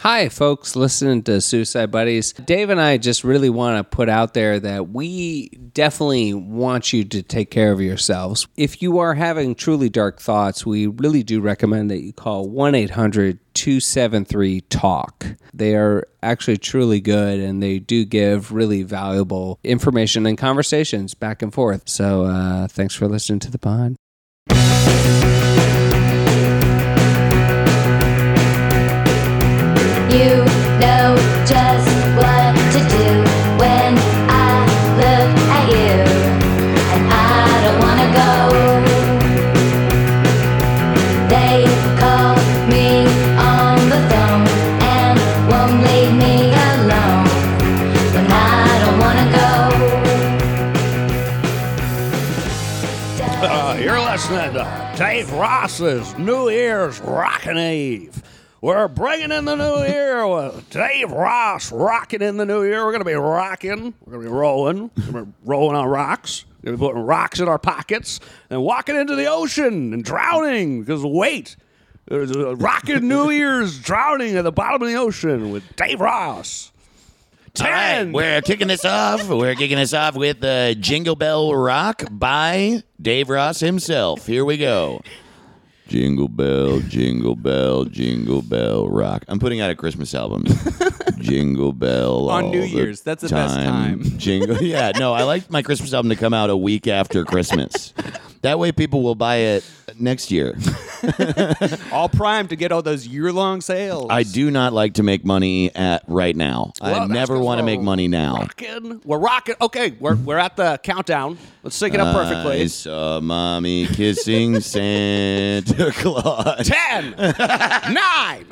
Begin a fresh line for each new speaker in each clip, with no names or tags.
Hi, folks, listening to Suicide Buddies. Dave and I just really want to put out there that we definitely want you to take care of yourselves. If you are having truly dark thoughts, we really do recommend that you call 1 800 273 Talk. They are actually truly good and they do give really valuable information and conversations back and forth. So, uh, thanks for listening to the pod.
You know just what to do when I look at you, and I don't wanna go. They call me on the phone and won't leave me alone when I don't wanna go.
Uh, you're listening to Dave Ross's New Year's Rockin' Eve. We're bringing in the new year with Dave Ross rocking in the new year. We're going to be rocking. We're going to be rolling. We're going to be rolling on rocks. We're going to be putting rocks in our pockets and walking into the ocean and drowning because wait, there's a rocking New Year's drowning at the bottom of the ocean with Dave Ross.
All right,
Ten.
we're kicking this off. We're kicking this off with uh, Jingle Bell Rock by Dave Ross himself. Here we go. Jingle bell, jingle bell, jingle bell rock. I'm putting out a Christmas album. jingle bell
On
all
New
the
Year's, that's the best time.
Jingle, yeah. No, I like my Christmas album to come out a week after Christmas. that way, people will buy it next year.
all primed to get all those year-long sales.
I do not like to make money at right now.
Well,
I
that's
never
'cause
want to
we're
make money now.
Rocking. We're rocking. Okay, we're, we're at the countdown. Let's sync it up
Uh,
perfectly.
I saw mommy kissing Santa Claus.
Ten, nine,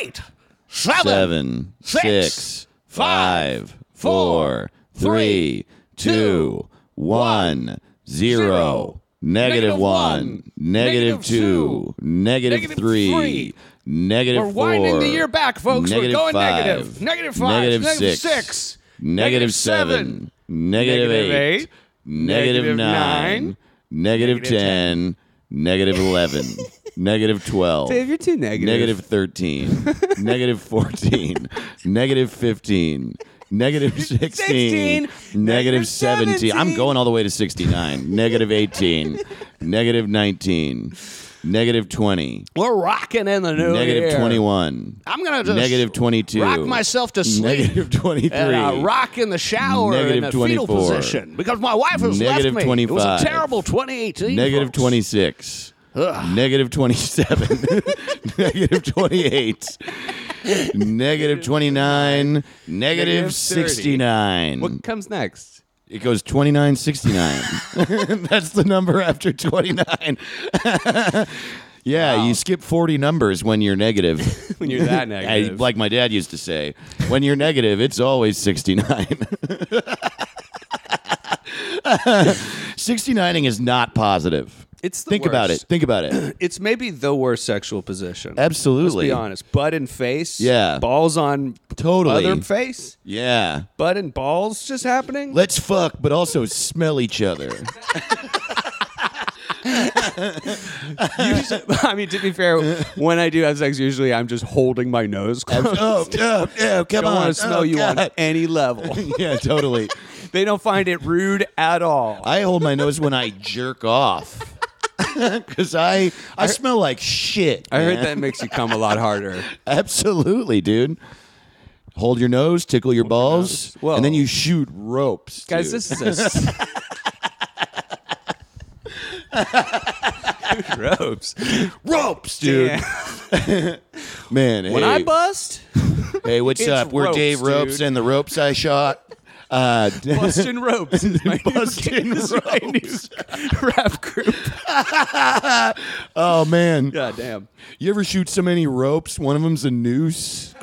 eight, seven.
Seven,
six,
six,
five,
five, four, three, two, one,
zero.
zero. Negative
Negative
one,
one,
negative
negative two,
two, negative
negative
three,
three.
negative
We're
four.
winding the year back, folks. We're
negative
going
five,
negative. Negative five, negative six,
negative
negative
seven,
seven,
negative
negative
eight,
eight,
negative
negative
nine,
nine,
negative ten, negative eleven, negative twelve.
Dave, you're too negative.
Negative 13, negative 14, negative 15, negative 16,
16,
negative
negative
17. I'm
17.
going all the way to 69, negative 18, negative 19, negative 20,
We're rocking in the new
negative
year.
21,
Oh, I'm gonna just
negative 22,
rock myself to sleep
negative 23,
and uh, rock in the shower in
Negative
the
24.
fetal position because my wife has
Negative
left me. It was
25.
a terrible 2018.
negative
folks.
26 negative 27 negative 28 negative 29 negative
30.
69
What comes next?
it goes 29 69 that's the number after 29 yeah you skip 40 numbers when you're negative
When you're that
I-
negative.
like my dad used to say when you're negative it's always 69 69ing is not positive
it's the
Think about it.
worst.
Think about it.
It's maybe the worst sexual position.
Absolutely.
Let's be honest. Butt and face.
Yeah.
Balls on
Totally.
other face.
Yeah.
Butt and balls just happening.
Let's fuck, but also smell each other.
Usually- I mean, to be fair, when I do have sex, usually I'm just holding my nose closed.
oh, oh, oh, come
don't
on.
want to smell
Oh,
you on
God.
any level.
yeah, totally.
they don't find it rude at all.
I hold my nose when I jerk off. Because I, I smell like shit.
I heard
man.
that makes you come a lot harder.
Absolutely, dude. Hold your nose, tickle your balls,
nose.
and then
Whoa.
you shoot ropes.
Guys,
dude.
this is a. s- Ropes.
ropes, dude.
Damn.
Man,
When
hey,
I bust,
hey, what's
it's
up? We're
ropes,
Dave Ropes
dude.
and the ropes I shot. Uh,
Bustin' Ropes. is my new-
Bustin'
is my new rap group.
oh man,
God damn.
You ever shoot so many ropes? One of them's a noose.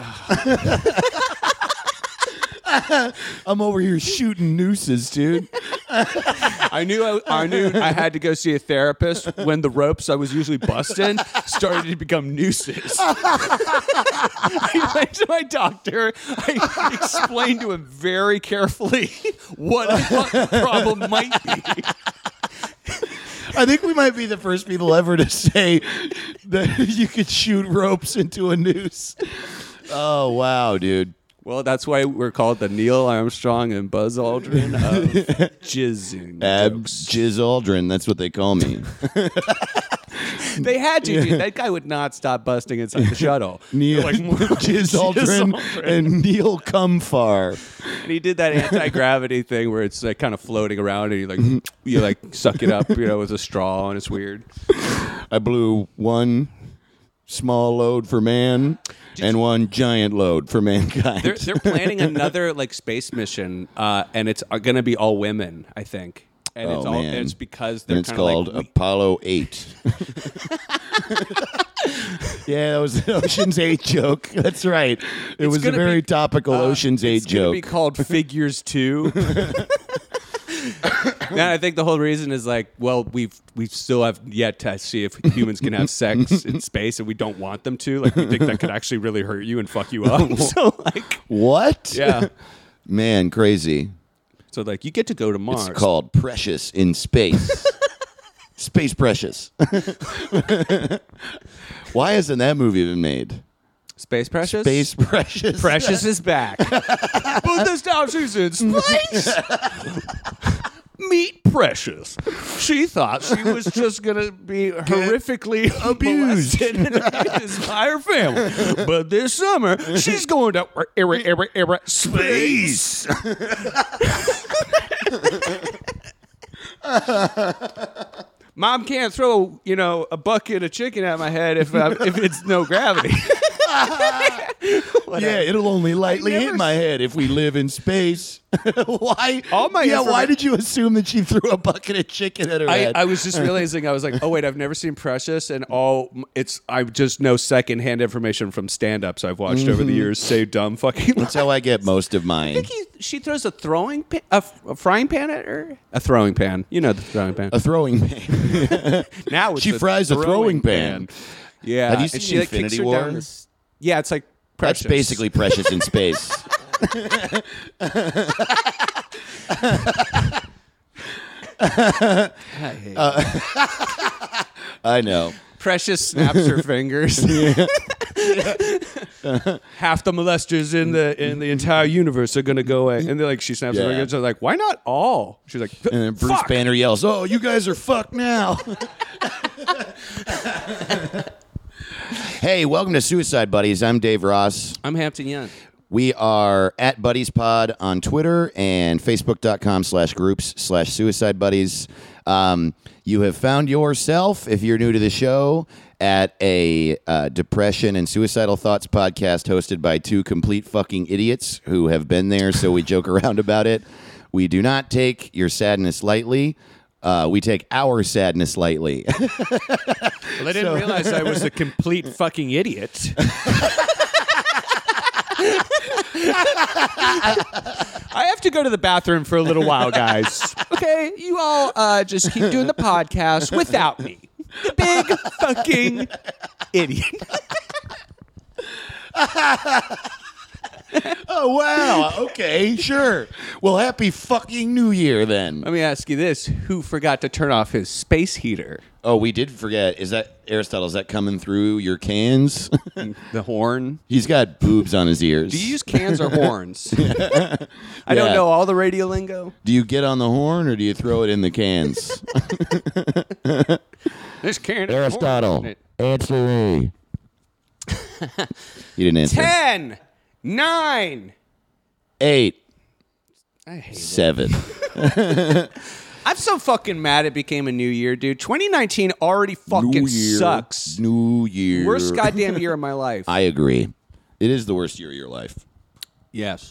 I'm over here shooting nooses, dude.
I knew I, I knew I had to go see a therapist when the ropes I was usually busting started to become nooses. I went to my doctor. I explained to him very carefully what I thought the problem might be.
I think we might be the first people ever to say that you could shoot ropes into a noose. Oh wow, dude.
Well, that's why we're called the Neil Armstrong and Buzz Aldrin of jizzing.
Ab
jokes.
Jizz Aldrin, that's what they call me.
They had to, dude. That guy would not stop busting inside the shuttle.
Neil Jizz Aldrin and Neil Cumfar.
And he did that anti gravity thing where it's like kind of floating around and you like you like suck it up, you know, with a straw and it's weird.
I blew one small load for man and one giant load for mankind.
They're they're planning another like space mission, uh, and it's going to be all women, I think. And it's
Oh,
all
man.
it's because they're
and it's
kinda like,
called
we-
Apollo 8. yeah, that was an Ocean's 8 joke. That's right. It was a
gonna
very
be-
topical
uh,
Ocean's 8
it's gonna
joke.
Be called Figures Two. Yeah, I think the whole reason is like, well, we've we still have yet to see if humans can have sex in space, and we don't want them to. Like, we think that could actually really hurt you and fuck you up. so like,
what?
yeah.
Man, crazy.
So like, you get to go to Mars.
It's called Precious in Space. space Precious. Why hasn't that movie been made?
Space Precious.
Space Precious.
Precious is back. but this time she's in space.
Meat precious.
She thought she was just gonna be horrifically abused by her family. But this summer, she's going to er, era, era, era, space. Mom can't throw, you know, a bucket of chicken at my head if uh, if it's no gravity.
Yeah, it'll only lightly
I
hit
never
my head if we live in space. why?
All my
yeah. Why
informa-
did you assume that she threw a bucket of chicken at her
I,
head?
I was just realizing I was like, oh wait, I've never seen Precious, and all it's I just know secondhand information from stand-ups I've watched over the years. Say dumb fucking.
Mm-hmm. That's how I get most of
I
mine.
think he, she throws a throwing pan, a, f- a frying pan at her. A throwing pan, you know the throwing pan.
A throwing pan.
now it's
She fries a throwing pan.
Yeah,
Have you
and
seen
she, like,
Infinity
kicks her down
War?
the s- Yeah, it's like
That's
Precious.
basically precious in space. Uh, I know.
Precious snaps her fingers. Half the molesters in the in the entire universe are gonna go away, and they're like, she snaps her
Yeah.
fingers. They're like, why not all? She's like,
And then Bruce
"Fuck."
Banner yells, "Oh, you guys are fucked now!" hey, welcome to Suicide Buddies. I'm Dave Ross.
I'm Hampton Young.
We are at Buddies Pod on Twitter and Facebook.com slash groups slash suicide buddies. Um, you have found yourself, if you're new to the show, at a uh, depression and suicidal thoughts podcast hosted by two complete fucking idiots who have been there, so we joke around about it. We do not take your sadness lightly. Uh, we take our sadness lightly.
Well, I didn't realize I was a complete fucking idiot. I have to go to the bathroom for a little while, guys. Okay, you all uh, just keep doing the podcast without me. The big fucking idiot.
oh, wow. Okay, sure. Well, happy fucking new year then.
Let me ask you this: Who forgot to turn off his space heater?
Oh, we did forget. Is that Aristotle? Is that coming through your cans?
The horn.
He's got boobs on his ears.
Do you use cans or horns? I don't
Yeah.
know all the radio lingo.
Do you get on the horn or do you throw it in the cans?
This can.
answer me. you didn't answer.
Ten, nine.
Eight,
I hate
seven.
I'm so fucking mad it became a new year, dude. 2019 already fucking
New year.
sucks.
New year.
Worst goddamn year of my life.
I agree. It is the worst year of your life.
yes.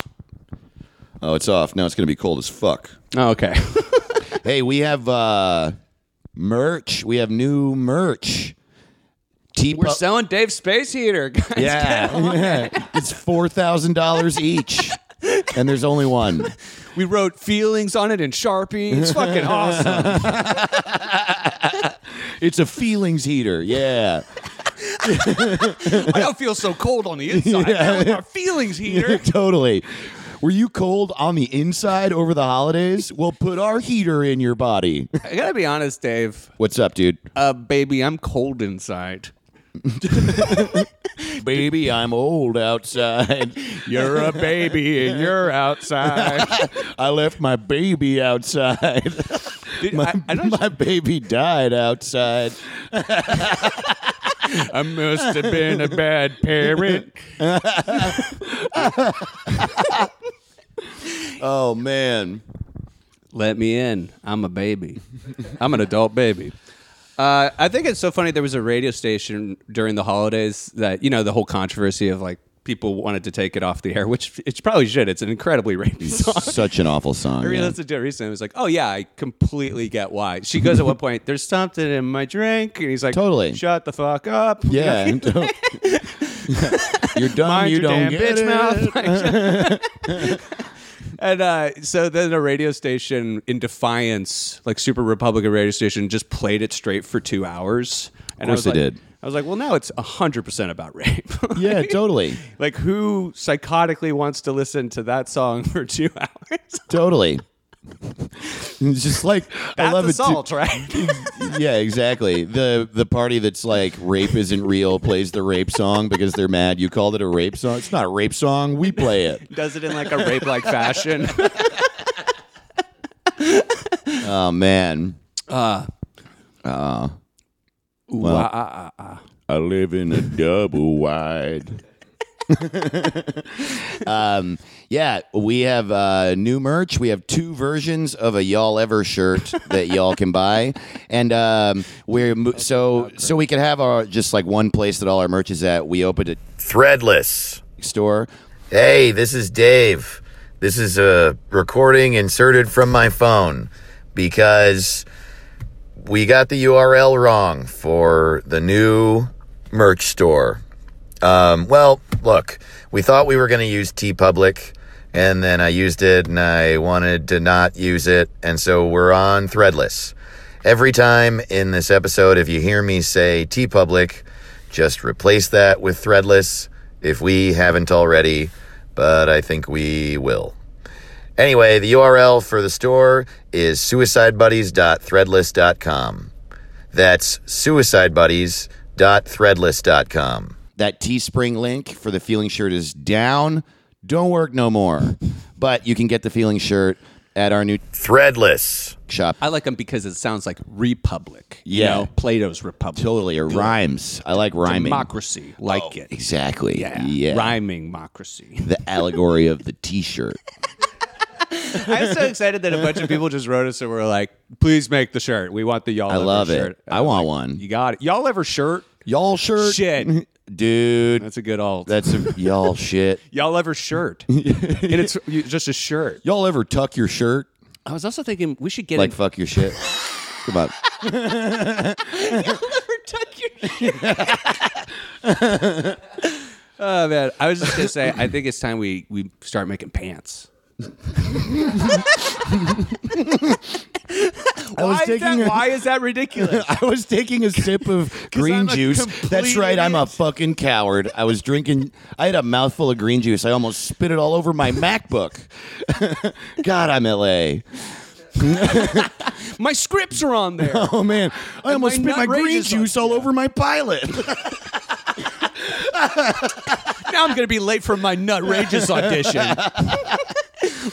Oh, it's off now. It's gonna be cold as fuck.
Oh, okay.
Hey, we have uh, merch. We have new merch. T-
We're selling Dave's space heater. guys.
Yeah, yeah. it's four thousand dollars each, and there's only one.
We wrote feelings on it in Sharpie. It's fucking awesome.
It's a feelings heater. Yeah,
I don't feel so cold on the inside. man, with my feelings heater.
totally. Were you cold on the inside over the holidays? Well, put our heater in your body.
I gotta be honest, Dave.
What's up, dude?
Uh, baby, I'm cold inside.
baby, I'm old outside.
You're a baby and you're outside.
I left my baby outside.
Dude,
My,
I, I don't
my baby died outside.
I must have been a bad parent.
Oh man.
Let me in. I'm a baby.
I'm an adult baby. Uh, I think it's so funny. There was a radio station during the holidays that you know the whole controversy of like people wanted to take it off the air, which it probably should. It's an incredibly rapey song.
Such an awful song.
I
yeah.
realized it recently. It was like, oh yeah, I completely get why. She goes at one point, "There's something in my drink," and he's like,
Totally.
shut the fuck up."
Yeah, and don't- you're dumb.
Mind
you
your
don't
damn
get
bitch
it.
mouth. and uh, so then a radio station in defiance, like super Republican radio station, just played it straight for two hours. And
course
I was
they
like-
did.
I was like, well, now it's hundred percent about rape.
Yeah, totally,
like, who psychotically wants to listen to that song for two hours?
totally. It's just like I
That's
love
assault,
it. too-
right?
yeah, exactly. The the party that's like rape isn't real plays the rape song because they're mad. You called it a rape song. It's not a rape song. We play it.
Does it in like a rape-like fashion.
Oh man. Uh. Uh. Well, I live in a double wide. um, yeah, we have uh, new merch. We have two versions of a y'all ever shirt that y'all can buy, and um, we're mo- so so we can have our just like one place that all our merch is at. We opened a
Threadless.
store.
Hey, this is Dave. This is a recording inserted from my phone because we got the URL wrong for the new merch store. Um, well, look, we thought we were going to use T Public, and then I used it, and I wanted to not use it, and so we're on Threadless. Every time in this episode, if you hear me say T Public, just replace that with Threadless if we haven't already, but I think we will. Anyway, the URL for the store is suicidebuddies.threadless.com. That's suicidebuddies.threadless.com.
That Teespring link for the feeling shirt is down. Don't work no more. But you can get the feeling shirt at our new
Threadless.
shop.
I like them because it sounds like republic.
Yeah.
You know, Plato's republic.
Totally, it rhymes. I like rhyming.
Democracy. Like it.
Exactly.
Yeah.
yeah.
Rhyming democracy.
the allegory of the t-shirt.
I'm so excited that a bunch of people just wrote us and were like, please make the shirt. We want the y'all
I
ever
love it.
shirt.
I want one.
You got it. Y'all ever shirt?
y'all shirt.
Shit.
Dude.
That's a good alt.
That's a y'all shit.
y'all ever shirt. and it's you- just a shirt.
Y'all ever tuck your shirt?
I was also thinking we should get
Like
in-
fuck your shit. Come on.
Oh, man. I was just going to say, I think it's time we, we start making pants.
I was
Why is,
taking
that,
a-
why is that ridiculous?
I was taking a sip of green
I'm a
juice.
complete
That's right, I'm a fucking coward. I was drinking I had a mouthful of green juice. I almost spit it all over my MacBook. God, I'm LA.
My scripts are on there.
Oh man, I almost
my
spit my
nut rage
green
is on-
juice all over my pilot.
now I'm going to be late for my Nutrageous audition.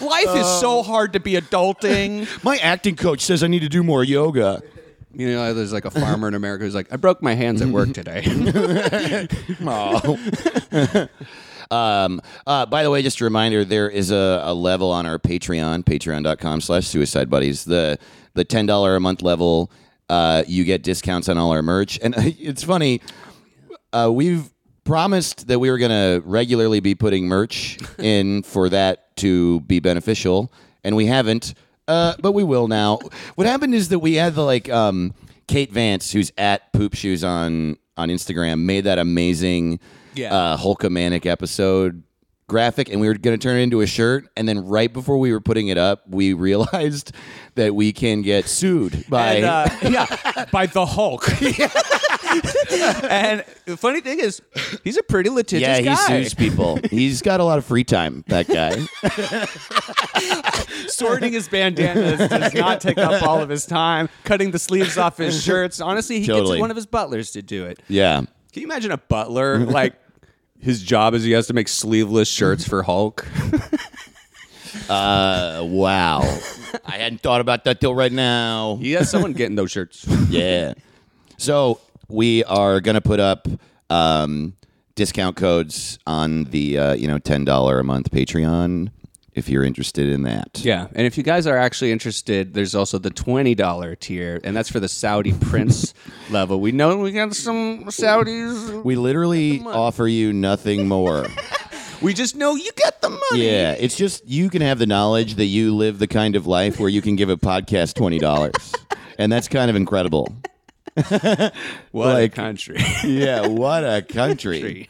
Life is so
Um,
hard to be adulting.
my acting coach says I need to do more yoga.
you know there's like a farmer in America who's like I broke my hands at work today.
uh,
Um, uh, by the way, just a reminder, there is a, a level on our Patreon, patreon.com slash suicide buddies. The, the $10 a month level, uh, you get discounts on all our merch. And it's funny, uh, we've promised that we were going to regularly be putting merch in for that to be beneficial, and we haven't. Uh, but we will now. What happened is that we had the like um, Kate Vance, who's at Poop Shoes on on Instagram, made that amazing
Yeah.
uh, Hulkamanic episode graphic, and we were going to turn it into a shirt. And then right before we were putting it up, we realized that we can get sued by
And, uh, yeah, by the Hulk. and the funny thing is, he's a pretty litigious
yeah. He
guy.
sues people. He's got a lot of free time. That guy.
Sorting his bandanas does not take up all of his time. Cutting the sleeves off his shirts. Honestly, he
Totally.
gets one of his butlers to do it.
Yeah.
Can you imagine a butler like his job is he has to make sleeveless shirts for Hulk?
Uh, wow. I hadn't thought about that till right now.
He has someone getting those shirts.
Yeah. So we are gonna put up um, discount codes on the uh, you know ten dollar a month Patreon if you're interested in that.
Yeah, and if you guys are actually interested, there's also the twenty dollar tier, and that's for the Saudi prince level. We know we got some Saudis.
We literally offer you nothing more.
We just know you got the money.
yeah, it's just you can have the knowledge that you live the kind of life where you can give a podcast twenty dollars, and that's kind of incredible.
What a
like-
country.
Yeah, what a country!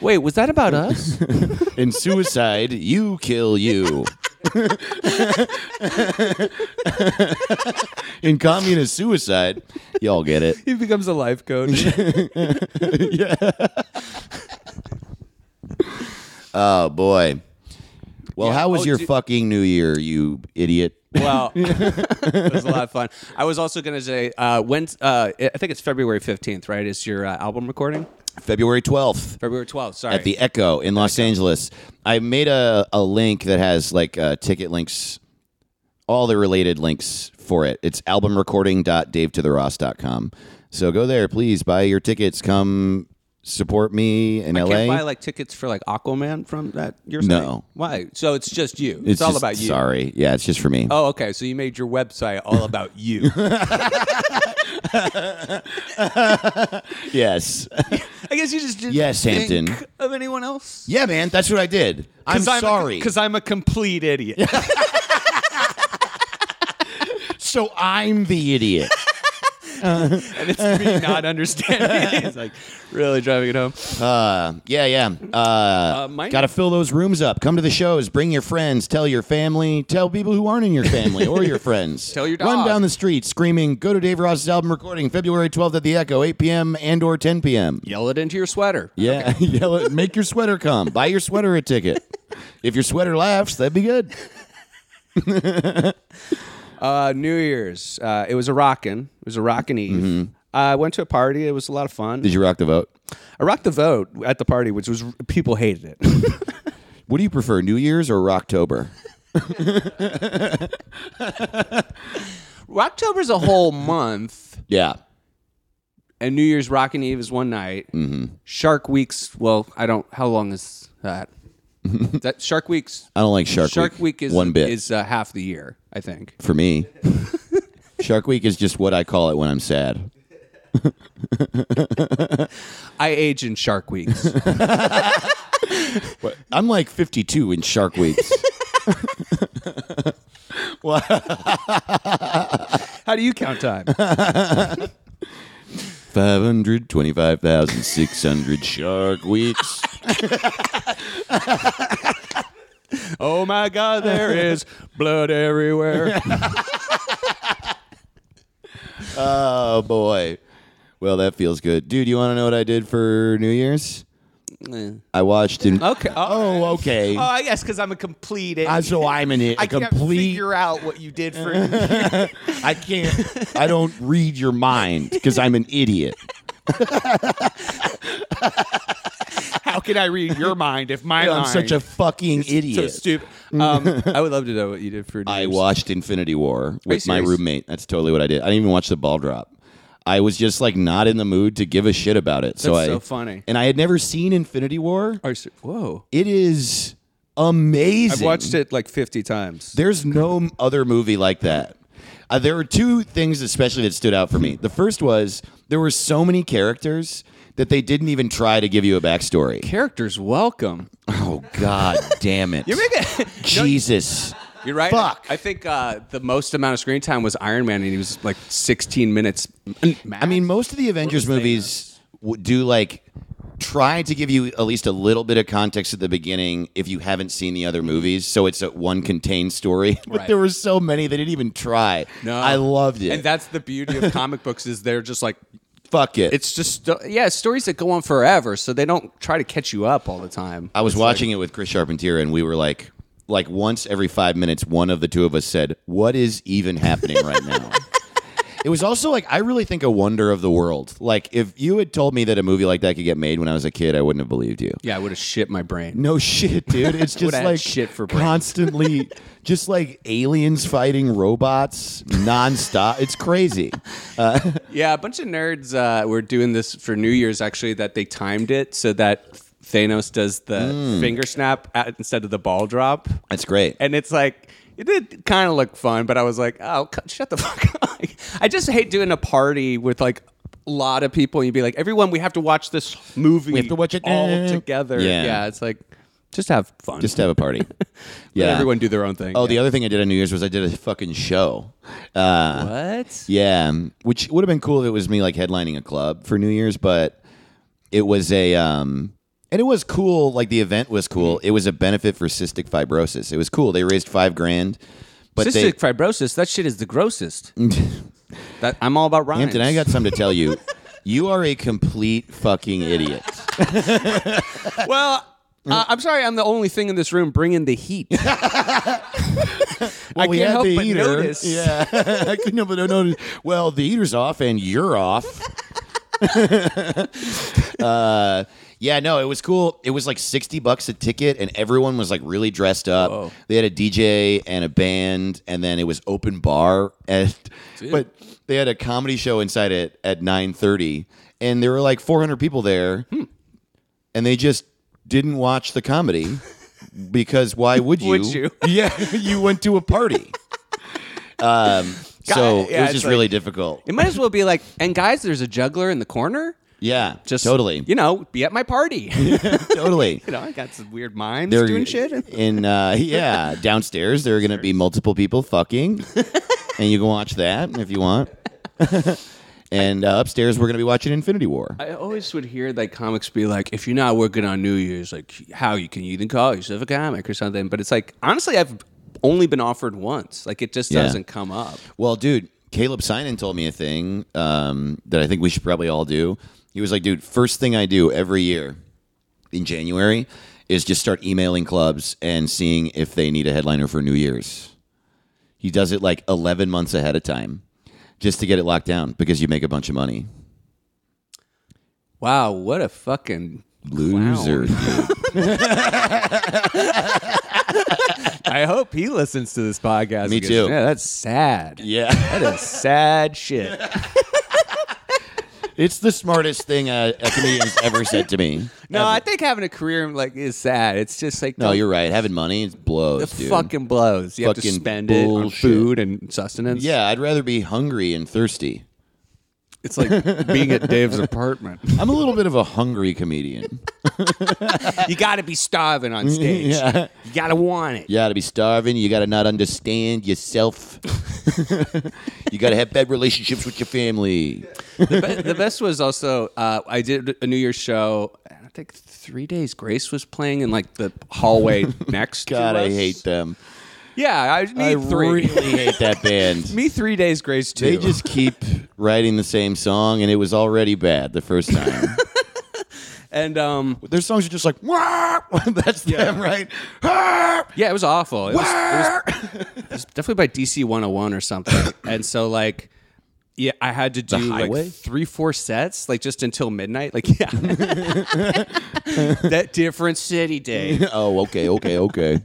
Wait, was that about us?
In suicide, you kill you. In communist suicide, y'all get it.
he becomes a life coach.
Oh boy. Well,
Yeah.
how was
Oh,
your
do-
fucking New Year, you idiot?
Well, it was a lot of fun. I was also going to say uh, when uh, I think it's February fifteenth, right? Is your uh, album recording
February twelfth.
February twelfth? Sorry,
at the Echo in Los Angeles. I made a, a link that has like uh, ticket links, all the related links for it. It's albumrecording.davetotheross.com. So go there, please buy your tickets. Come support me in
I
LA.
can't buy like tickets for like Aquaman from that. You're
No.
saying? why? So it's just you. It's,
it's
all
just-
about you.
Sorry, yeah, it's just for me.
Oh, okay. So you made your website all about you.
Yes,
I guess you just didn't
Yes,
think
Hampton.
of anyone else.
yeah, man, that's what I did. I'm sorry.
because I'm a complete idiot.
so I'm the idiot.
and it's me not understanding. it's like really driving it home.
Uh, yeah, yeah. Uh,
my-
gotta fill those rooms up. Come to the shows. Bring your friends. Tell your family. Tell people who aren't in your family or your friends.
Tell your
Run
dog.
down the street screaming. Go to Dave Ross's album recording February 12th at the Echo, 8 p.m. and or 10 p.m.
Yell it into your sweater.
Yeah, yell it. Make your sweater come. Buy your sweater a ticket. If your sweater laughs, that'd be good.
Uh, New Year's. Uh, it was a rockin'. It was a rockin' Eve. Uh, I went to a party. It was a lot of fun.
Did you rock the vote?
I rocked the vote at the party, which was people hated it.
What do you prefer, New Year's or Rocktober?
Rocktober's a whole month,
Yeah.
and New Year's Rockin' Eve is one night. Shark Week's. Well, I don't. How long is that? Is that Shark Week's.
I don't like Shark,
Shark Week is
one bit
is uh, half the year, I think.
for me. Shark Week is just what I call it when I'm sad.
I age in Shark Weeks.
I'm like 52 in Shark Weeks.
How do you count time?
525,600 Shark Weeks.
oh my God, there is blood everywhere.
Oh, boy. Well, that feels good. Dude, you want to know what I did for New Year's? I watched in.
Eh. Okay. uh,
Oh, okay.
Oh, I guess because I'm a complete.
Uh, so I'm in it.
I can't
complete.
figure out what you did for.
I can't. I don't read your mind because I'm an idiot.
How can I read your mind if my
I'm such a fucking
so
idiot.
stupid? Um, I would love to know what you did for. New
I
Year's.
watched Infinity War with my
serious?
roommate. That's totally what I did. I didn't even watch the ball drop. I was just like not in the mood to give a shit about it. so I
That's so funny.
And I had never seen Infinity War.
Are you ser- Whoa!
It is amazing.
I've watched it like 50 times.
There's no other movie like that. Uh, there were two things especially that stood out for me. The first was there were so many characters that they didn't even try to give you a backstory.
Characters welcome.
Oh god damn it. Jesus.
You're right.
Fuck.
I think uh, the most amount of screen time was Iron Man, and he was like 16 minutes.
I mean, most of the Avengers movies w- do like try to give you at least a little bit of context at the beginning if you haven't seen the other movies, so it's a one contained story. but
Right.
there were so many they didn't even try.
No.
I loved it.
And that's the beauty of comic books is they're just like
Fuck it.
it's just sto- yeah stories that go on forever, so they don't try to catch you up all the time.
I was watching it with Chris Charpentier, and we were like, like once every five minutes, one of the two of us said, "What is even happening right now?" It was also like I really think a wonder of the world. Like if you had told me that a movie like that could get made when I was a kid, I wouldn't have believed you.
Yeah, I would have shit my brain.
No shit, dude. It's just
Would've had
like
shit for brains.
constantly, just like aliens fighting robots nonstop. It's crazy.
Yeah, a bunch of nerds uh, were doing this for New Year's actually. That they timed it so that Thanos does the finger snap at, instead of the ball drop,
That's great.
and it's like it did kind of look fun. But I was like, oh, c- shut the fuck up! I just hate doing a party with like a lot of people. and You'd be like, everyone, we have to watch this movie.
We have to watch it
all
now."
together.
Yeah.
Yeah. it's like
Just have fun.
Just have a party. yeah.
let everyone do their own thing.
Oh, the other thing I did on New Year's was I did a fucking show. Uh,
what?
Yeah, um, which would have been cool if it was me like headlining a club for New Year's, but it was a um and it was cool, like the event was cool. It was a benefit for cystic fibrosis. It was cool. They raised 5 grand. But
Cystic
they
fibrosis, that shit is the grossest.
That, I'm all about rhymes.
Hampton, I got something to tell you. you are a complete fucking idiot.
Well, uh, I'm sorry, I'm the only thing in this room bringing the heat. I can't
we had
help
the
but
heater.
notice.
Yeah. I couldn't help but notice. Well, the heater's off and you're off. uh, yeah, no, it was cool. It was like 60 bucks a ticket and everyone was like really dressed up. They had a DJ and a band and then it was open bar and but they had a comedy show inside it at 9:30 and there were like 400 people there. And they just didn't watch the comedy because why would you?
Would you?
Yeah, you went to a party. Um, so
yeah,
it was
it's
just
like-
really difficult.
It might as well be like, and guys, there's a juggler in the corner.
Yeah,
Just
totally,
you know, be at my party. you
totally.
know, I got some weird mimes
They're
doing shit.
in uh, yeah downstairs. There are going to be multiple people fucking, and you can watch that if you want. and uh, upstairs, we're going to be watching Infinity War.
I always would hear like comics be like, if you're not working on New Year's, like how you can even call yourself a comic or something. But it's like, honestly, I've only been offered once. Like it just
Yeah.
doesn't come up.
Well, dude, Caleb Sinan told me a thing um, that I think we should probably all do. He was like, dude, first thing I do every year in January is just start emailing clubs and seeing if they need a headliner for New Year's. He does it like 11 months ahead of time just to get it locked down because you make a bunch of money.
Wow, what a fucking
Loser. dude.
I hope he listens to this podcast.
Me
He goes,
too.
Yeah, that's sad.
yeah.
That is sad shit.
It's the smartest thing a, a comedian's ever said to me.
No, I think having a career like is sad. It's just like
No,
the-
you're right. Having money, it blows.
the
dude.
fucking blows. You have to
Fucking
spend it on
bullshit.
food and sustenance.
Yeah, I'd rather be hungry and thirsty.
it's like being at Dave's apartment.
I'm a little bit of a hungry comedian.
You got to be starving on stage.
Yeah.
You got to want it.
You gotta be starving. You gotta not understand yourself. you gotta have bad relationships with your family.
But the best was also uh, I did a New Year's show. and I think Three Days Grace was playing in like the hallway next. to
God, I
us.
hate them.
Yeah, I
I
me three.
really hate that band.
me Three Days Grace too.
They just keep writing the same song, and it was already bad the first time.
and um
Their songs are just like, "Wah!" that's them, right? "Ah!"
yeah, it was awful. It was, it was- it was definitely by DC 101 or something. and so like. Yeah, I had to do
highway?
like three, four sets, like just until midnight. Like, yeah, that different city day.
oh, okay, okay, okay.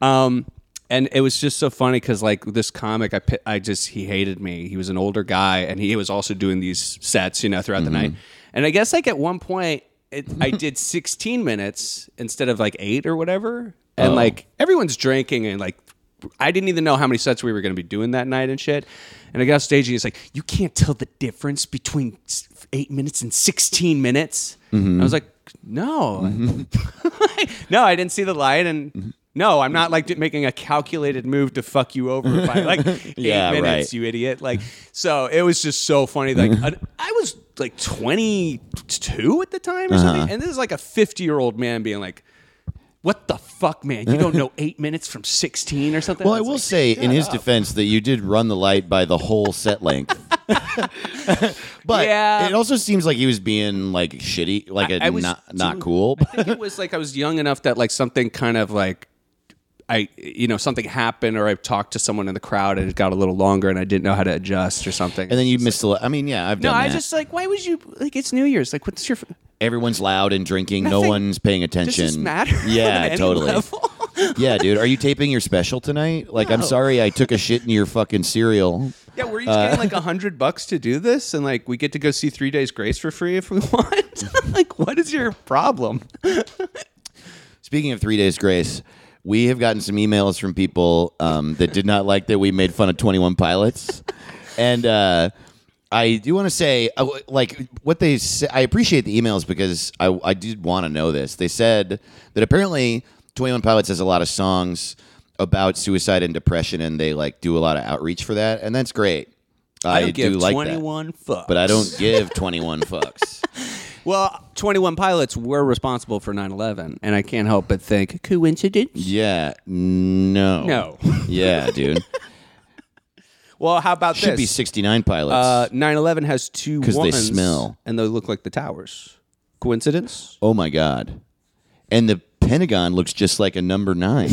Um, and it was just so funny because like this comic, I pi- I just he hated me. He was an older guy, and he was also doing these sets, you know, throughout the night. And I guess like at one point, it, I did 16 minutes instead of like eight or whatever. And like everyone's drinking, and like I didn't even know how many sets we were going to be doing that night and shit. And I got off stage, and he's like, "You can't tell the difference between s- eight minutes and 16 minutes." I was like, "No." no, I didn't see the light,
Mm-hmm.
and no, I'm not like making a calculated move to fuck you over by like eight
Yeah,
minutes,
right. Mm-hmm.
you idiot. Like, so it was just so funny. Like, I, I was like 22 at the time or
Uh-huh.
something, and this is like a 50 year old man being like. What the fuck, man? You don't know eight minutes from sixteen or something.
Well, I
was
will
like,
say, in his defense, that you did run the light by the whole set length. but
Yeah.
it also seems like he was being like shitty, like a
I was
not not
doing-
cool.
I think it was like I was young enough that like something kind of like I you know something happened or I've talked to someone in the crowd and it got a little longer and I didn't know how to adjust or something.
And then you missed the. le- I mean, yeah, I've
no,
done
I
that.
just like why would you like it's New Year's like what's your f-
Everyone's loud and drinking. no
Nothing-
one's paying
does
attention.
this matter? on
Yeah,
any
totally.
level?
Yeah, dude. Are you taping your special tonight? Like, I'm sorry, I took a shit in your fucking cereal.
yeah, we're each getting like a hundred bucks to do this and like we get to go see Three Days Grace for free if we want. like what is your problem?
Speaking of Three Days Grace, we have gotten some emails from people um, that did not like that we made fun of 21 Pilots. and uh, I do want to say, uh, w- like, what they say, I appreciate the emails because I, I did want to know this. They said that apparently 21 Pilots has a lot of songs about suicide and depression, and they, like, do a lot of outreach for that. And that's great. I,
don't give
do like that.
21 fucks.
But I don't give 21 fucks.
Well, 21 pilots were responsible for 9/11 and I can't help but think coincidence?
Yeah. No.
No.
Yeah, dude.
Well, how about
Should
this?
be 69
Uh,
pilots.
9/11 has two
'Cause
ones
they smell.
and they look like the towers. Coincidence?
Oh my God. And the Pentagon looks just like a number nine.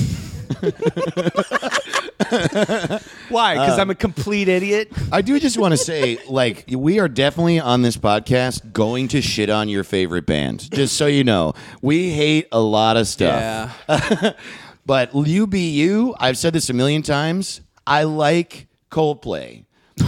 Why? Because
Uh,
I'm a complete idiot.
I do just want to say, like, we are definitely on this podcast going to shit on your favorite band. Just so you know, we hate a lot of stuff.
Yeah.
But you be you. I've said this a million times. I like Coldplay.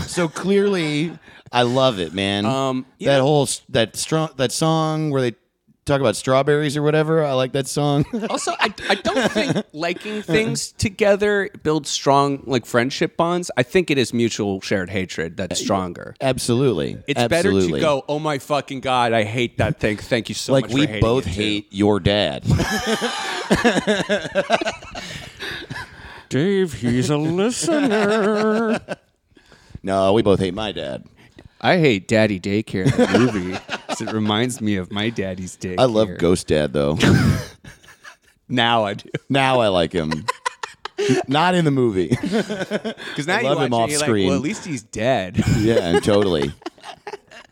So clearly, I love it, man. Um,
yeah.
That whole s- that strong that song where they talk about strawberries or whatever. I like that song.
also, I, I don't think liking things together builds strong like friendship bonds. I think it is mutual shared hatred that's stronger.
Absolutely,
It's better
Absolutely.
to go, oh my fucking god, I hate that thing. Thank you so
like
much.
we
for hating
both
it, too."
hate your dad.
Dave, he's a listener.
no, we both hate my dad.
I hate Daddy Daycare the movie. 'cause it reminds me of my daddy's daycare.
I love Ghost Dad though.
Now I do.
now I like him. Not in the movie.
Because now
I
you
love
watch
him
it and
off
you're like,
screen.
well, at least he's dead.
yeah, totally.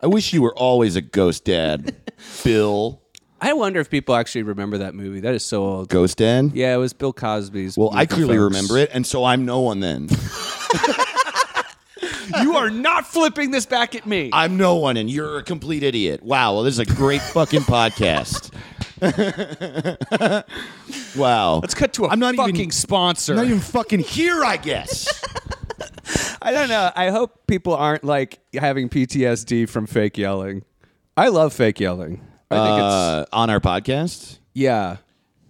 I wish you were always a ghost dad, Bill.
I wonder if people actually remember that movie. That is so old.
Ghost dad.
Yeah, it was Bill Cosby's.
Well, I clearly remember it, and so I'm no one then.
You are not flipping this back at me.
I'm no one, and you're a complete idiot. Wow. Well, this is a great fucking podcast. wow.
Let's cut to a
I'm not
fucking
even,
sponsor.
I'm not even fucking here, I guess.
I don't know. I hope people aren't like having PTSD from fake yelling. I love fake yelling. I think it's
Uh, on our podcast.
yeah.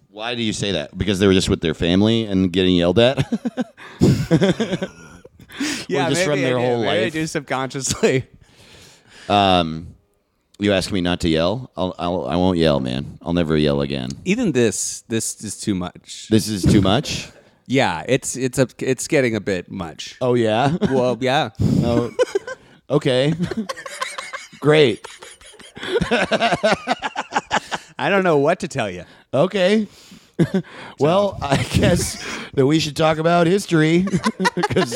Why do you say that? Because they were just with their family and getting yelled at.
Yeah,
just from
maybe
their
I do.
whole
Maybe I
life.
do subconsciously.
you ask me not to yell. I'll, I'll I won't yell, man. I'll never yell again.
Even this, this is too much.
This is too much.
Yeah, it's it's a, it's getting a bit much.
Oh yeah.
Well, yeah.
No. Okay. Great.
I don't know what to tell you.
Okay. well, I guess that we should talk about history because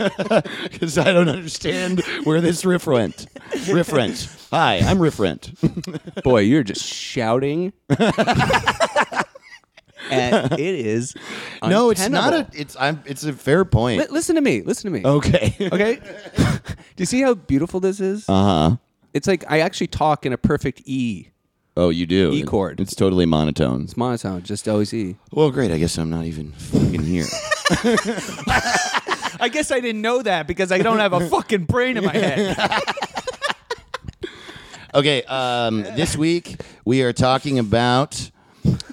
I don't understand where this riff went. Riff went. Hi, I'm riff went.
Boy, you're just shouting. and it is
No, it's not a.
untenable.
It's I'm. It's a fair point.
Li- listen to me. Listen to me.
Okay.
Okay. Do you see how beautiful this is?
Uh huh.
It's like I actually talk in a perfect E.
Oh, you do.
E chord.
It's totally monotone.
It's monotone, just always E.
Well, great. I guess I'm not even fucking here.
I guess I didn't know that because I don't have a fucking brain in my head.
okay. Um, this week we are talking about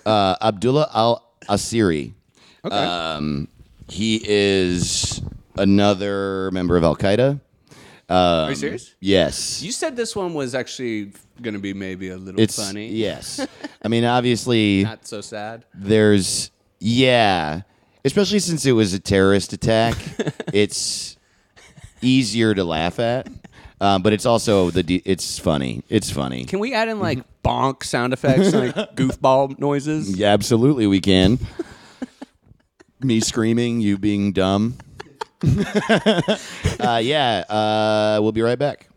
uh, Abdullah Al Asiri.
Okay.
Um, he is another member of Al Qaeda.
Are you serious?
Yes.
Um, You said this one was actually going to be maybe a little
it's
funny.
yes. I mean, obviously,
Not so sad.
there's yeah, especially since it was a terrorist attack. it's easier to laugh at, um, but it's also the de- it's funny. It's funny.
Can we add in like bonk sound effects, like goofball noises?
Yeah, absolutely, we can. Me screaming, you being dumb. uh, yeah, uh, we'll be right back.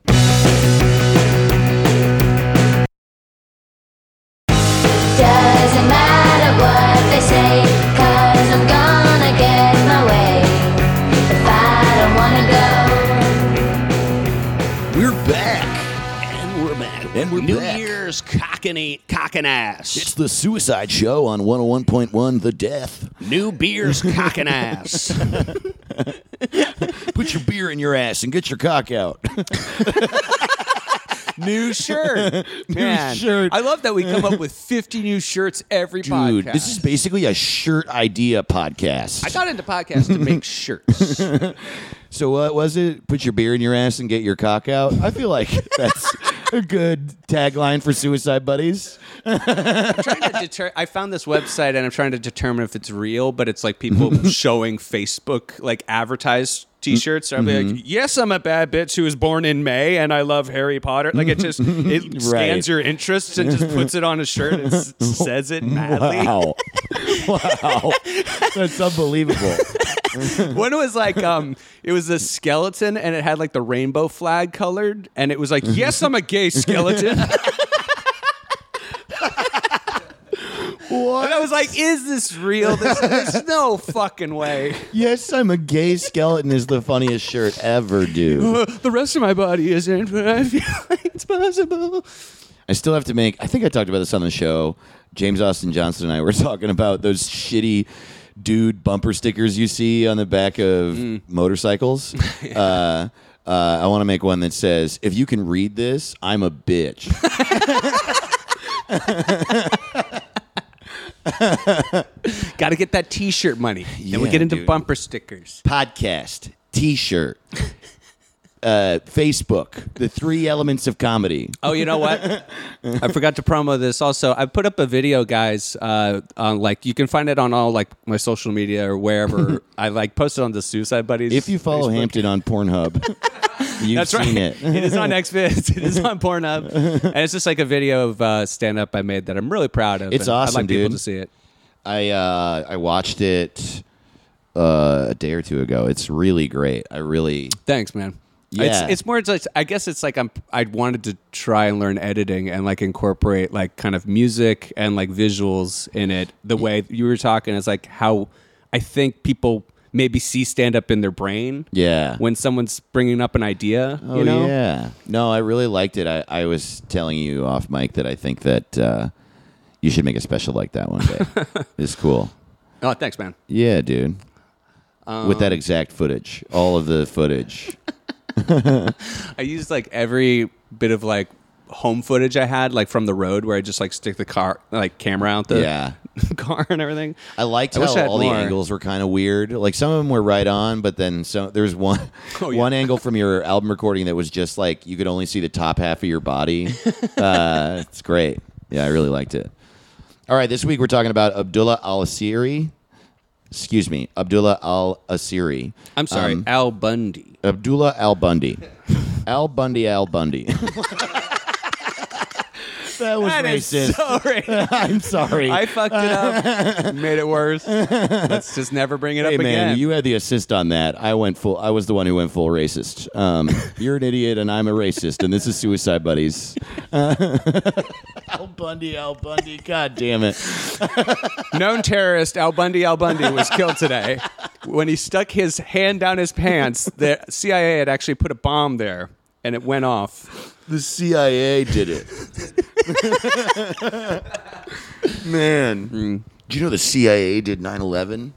Doesn't matter what they say, cause I'm
New
back.
Year's cockney cockin' ass.
It's the Suicide Show on 101.1 The Death.
New beer's cockin' ass.
Put your beer in your ass and get your cock out.
New shirt. Man.
shirt.
I love that we come up with 50 new shirts every
Dude,
podcast.
this is basically a shirt idea podcast.
I got into podcasts to make shirts.
so what was it? Put your beer in your ass and get your cock out. I feel like that's a good tagline for Suicide Buddies.
trying to deter- I found this website and I'm trying to determine if it's real, but it's like people showing Facebook like advertised t-shirts. So I'll be
Mm-hmm.
like, "Yes, I'm a bad bitch who was born in May and I love Harry Potter." Like it just it
Right.
scans your interests and just puts it on a shirt and s- says it madly.
Wow. wow. That's unbelievable.
One was like um it was a skeleton and it had like the rainbow flag colored and it was like, "Yes, I'm a gay skeleton."
What?
And I was like, "Is this real? This, there's no fucking way."
Yes, I'm a gay skeleton is the funniest shirt ever, dude.
the rest of my body isn't, but I feel like it's possible.
I still have to make. I think I talked about this on the show. James Austin Johnson and I were talking about those shitty dude bumper stickers you see on the back of
Mm.
motorcycles. uh, uh, I want to make one that says, "If you can read this, I'm a bitch."
Got to get that T-shirt money. then we
Yeah,
get into
dude.
bumper stickers.
Podcast, T-shirt, uh, Facebook, the three elements of comedy.
Oh, you know what? I forgot to promo this. Also, I put up a video, guys. Uh, on like you can find it on all like my social media or wherever. I like posted on the Suicide Buddies.
If you follow
Facebook.
Hampton on Pornhub, you've
That's right.
seen it.
it is on Xvids. It is on Pornhub, and it's just like a video of uh, stand up I made that I'm really proud of.
It's
and
awesome,
I'd like people
dude.
to see it.
I uh, I watched it uh, a day or two ago. It's really great. I really
Thanks, man.
Yeah.
It's, it's more it's like I guess it's like I'm I wanted to try and learn editing and like incorporate like kind of music and like visuals in it. The way you were talking is like how I think people maybe see stand up in their brain.
Yeah.
When someone's bringing up an idea,
oh
you know.
yeah. No, I really liked it. I, I was telling you off mic that I think that uh, you should make a special like that one day. it's cool.
Oh, thanks, man.
Yeah, dude. With
Um,
that exact footage, all of the footage.
uh, I used like every bit of like home footage I had like from the road where I just like stick the car like camera out the
yeah.
car and everything.
I liked
I wish I
how
had
all
more.
the angles were kind of weird. Like some of them were right on, but then some there's one
Oh, yeah.
one angle from your album recording that was just like you could only see the top half of your body. uh, it's great. Yeah, I really liked it. All right, this week we're talking about Abdullah Al Asiri. Excuse me, Abdullah Al Asiri.
I'm sorry,
Um,
Al Bundy.
Abdullah Al Bundy. Al Bundy. Al Bundy. that was racist.
Sorry.
I'm sorry.
I fucked it up, made it worse. Let's just never bring it
Hey
up
man,
again.
you had the assist on that. I went full. I was the one who went full racist. Um, you're an idiot, and I'm a racist, and this is Suicide Buddies. Uh, Al Bundy, Al Bundy. God damn it!
Known terrorist Al Bundy Al Bundy was killed today when he stuck his hand down his pants. The CIA had actually put a bomb there, and it went off.
The CIA did it. man, do you know the CIA did 9/11?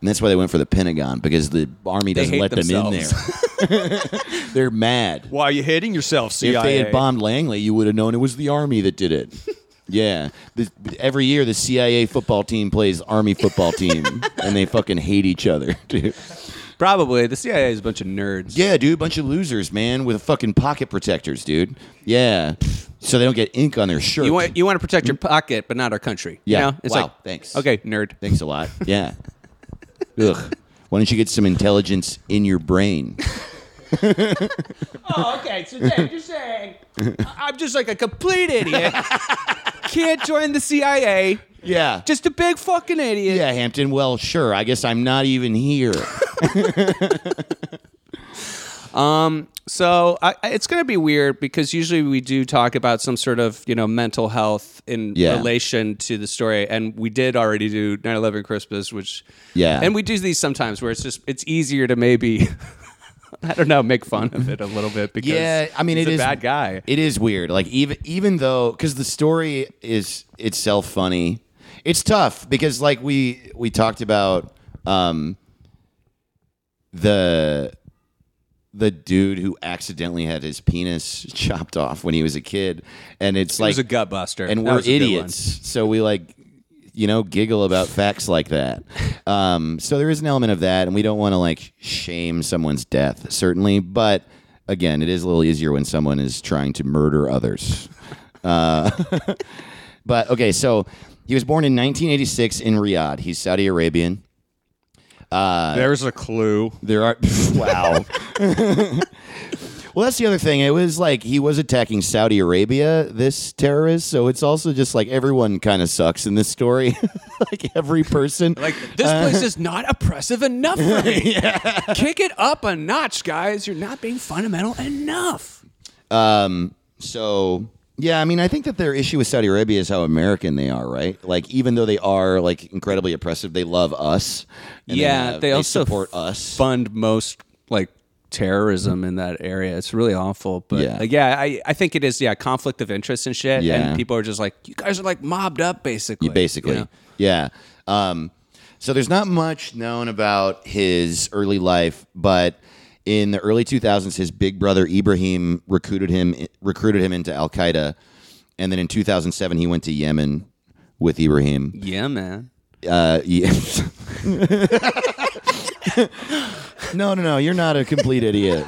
And that's why they went for the Pentagon because the army doesn't
hate
let
themselves.
them in there. They're mad.
Why are you hitting yourself, CIA?
If they had bombed Langley, you would have known it was the army that did it. Yeah, The- every year the CIA football team plays army football team, and they fucking hate each other, dude.
Probably the CIA is a bunch of nerds.
Yeah, dude, bunch of losers, man, with fucking pocket protectors, dude. Yeah, so they don't get ink on their shirt.
You want you want to protect your pocket, but not our country. You
Yeah.
know? It's
Wow,
like
thanks.
Okay, nerd.
Thanks a lot. Yeah. Ugh. Why don't you get some intelligence in your brain?
Oh, okay. So Dave, you're saying I'm just like a complete idiot. Can't join the CIA.
Yeah.
Just a big fucking idiot.
yeah, Hampton. Well, sure. I guess I'm not even here.
So I, I- it's going to be weird because usually we do talk about some sort of you know mental health in
Yeah.
relation to the story, and we did already do 9/11 Christmas, which
Yeah.
and we do these sometimes where it's just it's easier to maybe I don't know, make fun of it a little bit because
Yeah, I mean
he's
it
a
is-
bad guy.
It is weird. Like even even though because the story is itself funny, it's tough because like we we talked about um the the dude who accidentally had his penis chopped off when he was a kid, and it's
it
like
was a gut buster.
and
That
we're
was a good
idiots, so we like you know giggle about facts like that. Um, so there is an element of that, and we don't want to like shame someone's death, certainly. But again, it is a little easier when someone is trying to murder others. Uh, But okay, so he was born in 1986 in Riyadh. He's Saudi Arabian. Uh,
one. There's a clue.
There are wow. well, that's the other thing. It was like he was attacking Saudi Arabia, this terrorist. So it's also just like everyone kind of sucks in this story. like every person,
Like this
Uh,
place is not oppressive enough for me. Kick it up a notch, guys. You're not being fundamental enough.
Um, so yeah, I mean, I think that their issue with Saudi Arabia is how American they are, right? Like, even though they are like incredibly oppressive, they love us. and
Yeah,
have-
they also
support us.
fund most like terrorism in that area. It's really awful. But
Yeah.
yeah, yeah I, I think it is, yeah, conflict of interest and shit.
Yeah.
And people are just like, you guys are like mobbed up basically.
Yeah, basically.
you know?
Yeah. Um, so there's not much known about his early life, but in the early 2000s, his big brother Ibrahim recruited him recruited him into Al Qaeda, and then in 2007 he went to Yemen with Ibrahim.
Yeah, man.
Uh, yeah. no, no, no! You're not a complete idiot.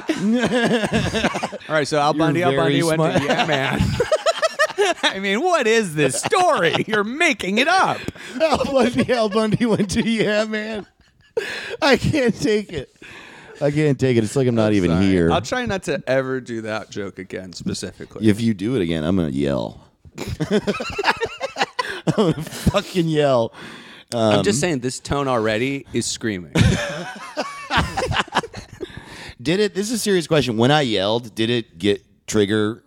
All right, so Al Bundy, Al
very
Bundy went
smart.
to yeah, man. I mean, what is this story? You're making it up.
Al Bundy, Al Bundy went to yeah, man. I can't take it. I can't take it. It's like I'm not even here.
I'll try not to ever do that joke again specifically.
If you do it again, I'm gonna yell. I'm gonna fucking yell.
I'm
um,
just saying this tone already is screaming.
Did it? This is a serious question. When I yelled, did it get trigger?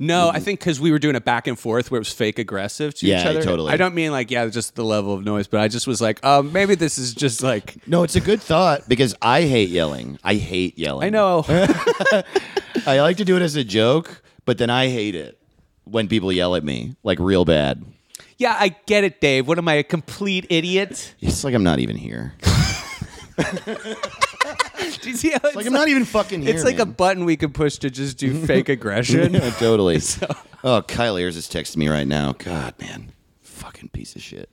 No, I think because we were doing a back and forth where it was fake aggressive to each
Yeah,
other.
totally.
I don't mean like yeah, just the level of noise, but I just was like, um, maybe this is just like
No, it's a good thought because I hate yelling. I hate yelling.
I know.
I like to do it as a joke, but then I hate it when people yell at me like real bad.
yeah, I get it, Dave. What am I, a complete idiot?
It's like I'm not even here.
Do you see how it's
Like
like,
I'm not even fucking here.
it's like a
man.
button we could push to just do fake aggression.
Yeah, totally. oh, Kyle Ayers is texting me right now. God, man, fucking piece of shit.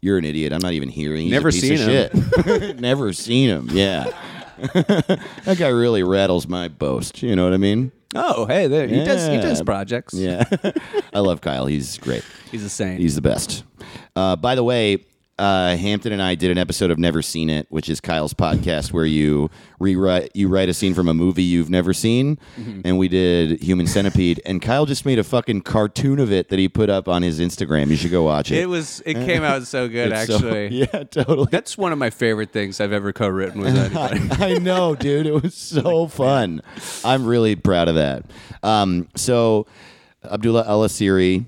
You're an idiot. I'm not even hearing. He's
Never
a piece of
seen him.
Shit. Never seen him. Yeah, that guy really rattles my boast. You know what I mean?
oh, hey, there he does. He does
Yeah.
projects.
Yeah, I love Kyle. He's great.
He's a saint.
He's the best. Uh, by the way, uh, Hampton and I did an episode of Never Seen It, which is Kyle's podcast where you rewrite you write a scene from a movie you've never seen,
Mm-hmm.
and we did Human Centipede, and Kyle just made a fucking cartoon of it that he put up on his Instagram. You should go watch it.
It was. It came out so good,
It's so-
actually.
yeah, totally.
That's one of my favorite things I've ever co-written with anybody.
I know, dude. It was so fun. I'm really proud of that. Um, so, Abdullah Al Asiri.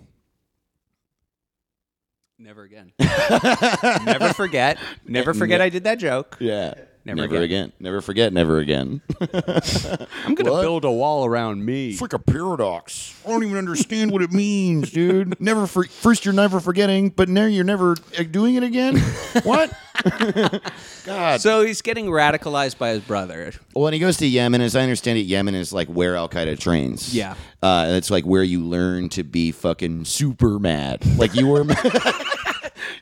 Never again. Never forget.
Never forget I did that joke.
Yeah. Never,
Never
again.
again.
Never forget. Never again.
I'm gonna build a wall around me.
It's like a paradox. I don't even understand what it means, dude. Never for, first you're never forgetting, but now you're never uh, doing it again. what?
So he's getting radicalized by his brother.
Well, when he goes to Yemen, as I understand it, Yemen is like where Al Qaeda trains.
Yeah.
uh, and it's like where you learn to be fucking super mad. Like you were.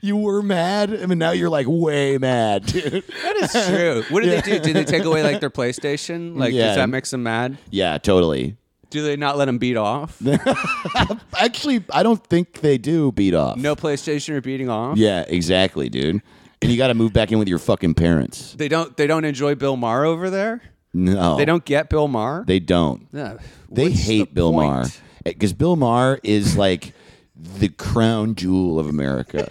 You were mad, I mean, now you're like way mad, dude.
That is true. What do they do? Do they take away like their PlayStation? Like,
Yeah.
does that make them mad?
Yeah, totally.
Do they not let him beat off?
Actually, I don't think they do beat off.
No PlayStation or beating off.
Yeah, exactly, dude. And you got to move back in with your fucking parents.
They don't. They don't enjoy Bill Maher over there.
No,
They don't get Bill Maher.
They don't.
Yeah.
They
What's
hate
the
Bill
point?
Maher because Bill Maher is like the crown jewel of America.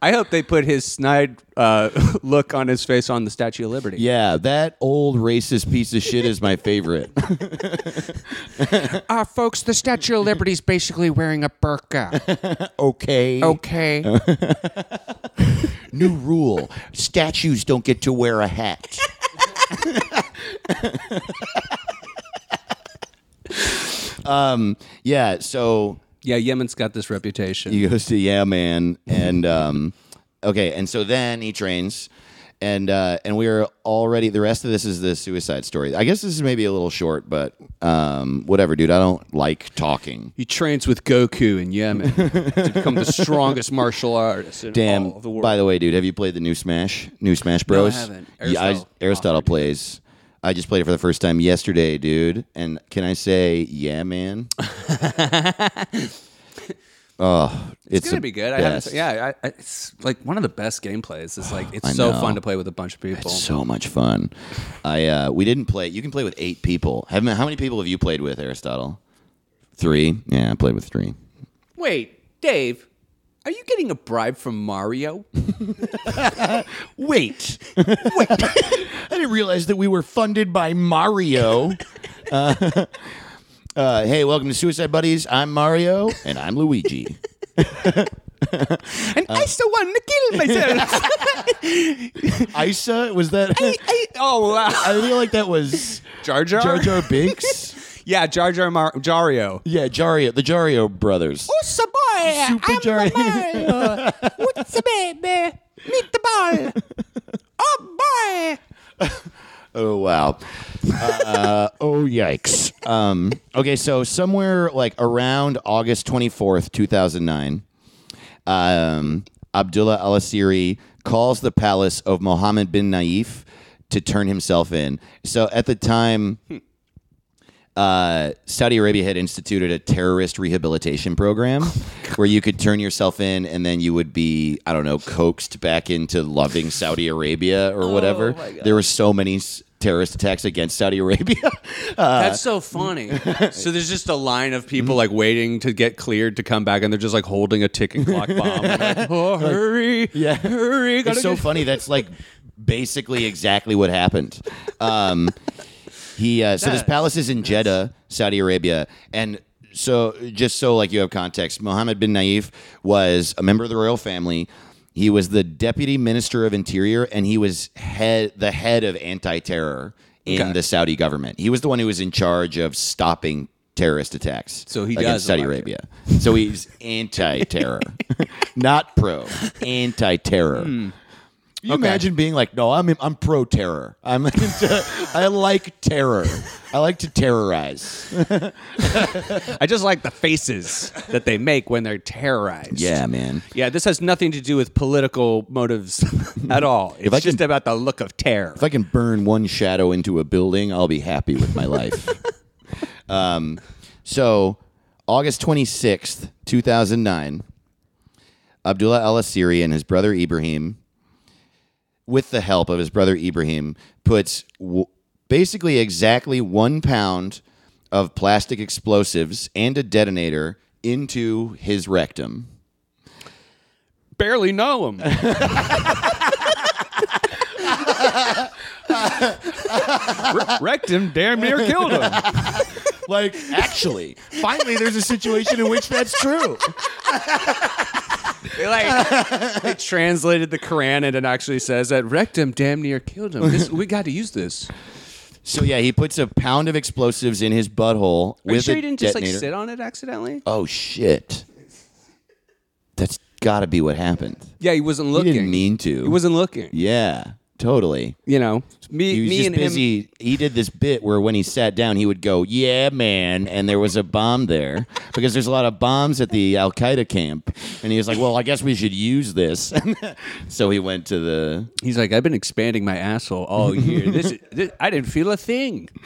I hope they put his snide uh, look on his face on the Statue of Liberty.
yeah, that old racist piece of shit is my favorite.
Uh, folks, the Statue of Liberty is basically wearing a burqa.
Uh-huh.
okay.
Okay.
Oh, New rule: statues don't get to wear a hat. um. Yeah. So
Yeah, Yemen's got this reputation.
he goes to yeah man and um okay and so then he trains and uh and we are already the rest of this is the suicide story i guess this is maybe a little short but um whatever dude i don't like talking
he trains with Goku in Yemen to become the strongest martial artist in
damn
all of the world.
by the way dude have you played the new smash new smash bros
haven't.
Yeah, I-
Aristotle Oh,
aristotle plays i just played it for the first time yesterday dude and can i say yeah man oh it's,
it's gonna
the
be good. I haven't,
best.
yeah, I, I, it's like one of the best gameplays. It's like it's so
know.
fun to play with a bunch of people.
So much fun. I uh, we didn't play. You can play with eight people. Have, how many people have you played with, Aristotle? Three. Yeah, I played with three.
Wait, Dave, are you getting a bribe from Mario?
Wait, wait. I didn't realize that we were funded by Mario. Uh, uh, hey, welcome to Suicide Buddies. I'm Mario and I'm Luigi.
And
Uh.
I still want to kill myself.
Isa was that?
I- oh wow,
I feel like that was
Jar Jar.
Jar Jar Binks.
Yeah, Jar Jar Mar- Jario.
yeah, Jario, the Jario brothers.
What's a boy?
Super
I'm
Jar-
a Mario. What's a baby? Meet the ball. Oh boy.
Oh wow. Uh, oh yikes. Um, okay, so somewhere like around August twenty fourth, two thousand nine, um, Abdullah Al Asiri calls the palace of Mohammed bin Naif to turn himself in. So at the time. Uh, Saudi Arabia had instituted a terrorist rehabilitation program where you could turn yourself in and then you would be, I don't know, coaxed back into loving Saudi Arabia or whatever. There were so many s- terrorist attacks against Saudi Arabia.
That's so funny.
So there's just a line of
Mm-hmm.
people like waiting to get cleared to come back, and they're just like holding a ticking clock bomb. Like, oh, hurry!
Yeah.
hurry!
it's
gotta
so
get-"
funny. That's like basically exactly what happened. Um, he uh, so this palace is in Jeddah, Saudi Arabia, and so just so like you have context, Mohammed bin Naif was a member of the royal family. He was the deputy minister of interior, and he was head the head of anti terror in the Saudi government. He was the one who was in charge of stopping terrorist attacks.
So he
against
does
Saudi
like it.
Arabia. So he's anti terror, not pro, anti terror. Hmm. You imagine being like, no, I'm I'm pro terror. I'm into, I like terror. I like to terrorize.
I just like the faces that they make when they're terrorized.
Yeah, man.
Yeah, this has nothing to do with political motives at all. It's
I can-
just about the look of terror.
If I can burn one shadow into a building, I'll be happy with my life. um, so, August 26th, 2009, Abdullah al Asiri and his brother Ibrahim, with the help of his brother Ibrahim, puts w- basically exactly one pound of plastic explosives and a detonator into his rectum.
barely know him.
Wrecked him. Damn near killed him.
Like, actually, finally, there's a situation in which that's true.
They like they translated the Quran and it actually says that wrecked him, damn near killed him. This, we got to use this.
So yeah, he puts a pound of explosives in his butthole
Are you
with
sure
a
you didn't just
detonator.
like sit on it accidentally?
oh shit! That's got to be what happened.
Yeah, he wasn't
He
looking.
didn't mean to.
He wasn't looking.
Yeah, totally.
You know, me,
He was
me
just
and him.
busy. He did this bit where when he sat down, he would go, "Yeah, man," and there was a bomb there because there's a lot of bombs at the Al Qaeda camp, and he was like, "Well, I guess we should use this." so he went to the
He's like, I've been expanding my asshole all year. this, is- this, I didn't feel a thing.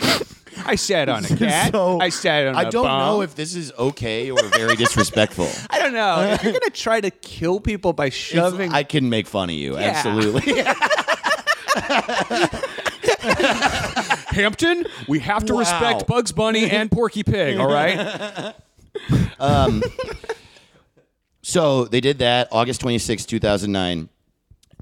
I sat on a cat.
So,
I sat on a
I don't
bomb.
know if this is okay or very disrespectful.
I don't know. If you're gonna try to kill people by shoving,
I can make fun of you. Absolutely.
Hampton, we have to
Wow.
respect Bugs Bunny and Porky Pig, all right?
so they did that August twenty sixth, 2009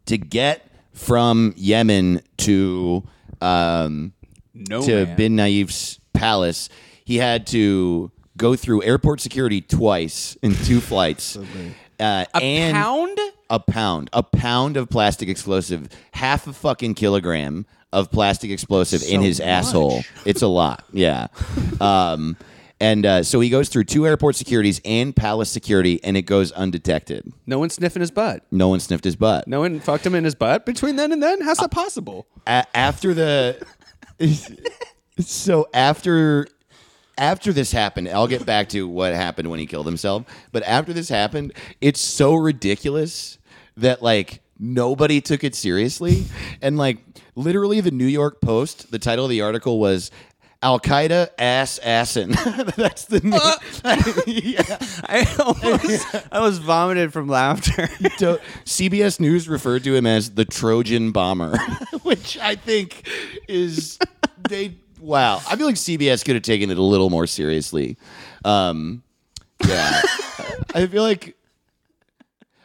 to get from Yemen to um,
no
to
Oh, man.
Bin Naif's palace. He had to go through airport security twice in two flights. Uh,
a
and
pound.
a pound, a pound of plastic explosive, half a fucking kilogram of plastic explosive in his asshole. It's a lot, yeah. um, and uh, so he goes through two airport securities and palace security, and it goes undetected.
No one sniffing his butt.
No one sniffed his butt.
No one fucked him in his butt between then and then? How's that possible?
a- after the so after after this happened i'll get back to what happened when he killed himself but after this happened it's so ridiculous that like nobody took it seriously and like literally the new york post the title of the article was Al Qaeda ass assin. That's the name.
I almost, I was vomited from laughter.
So CBS News referred to him as the Trojan bomber, which I think is they wow. I feel like CBS could have taken it a little more seriously. Um, yeah, I feel like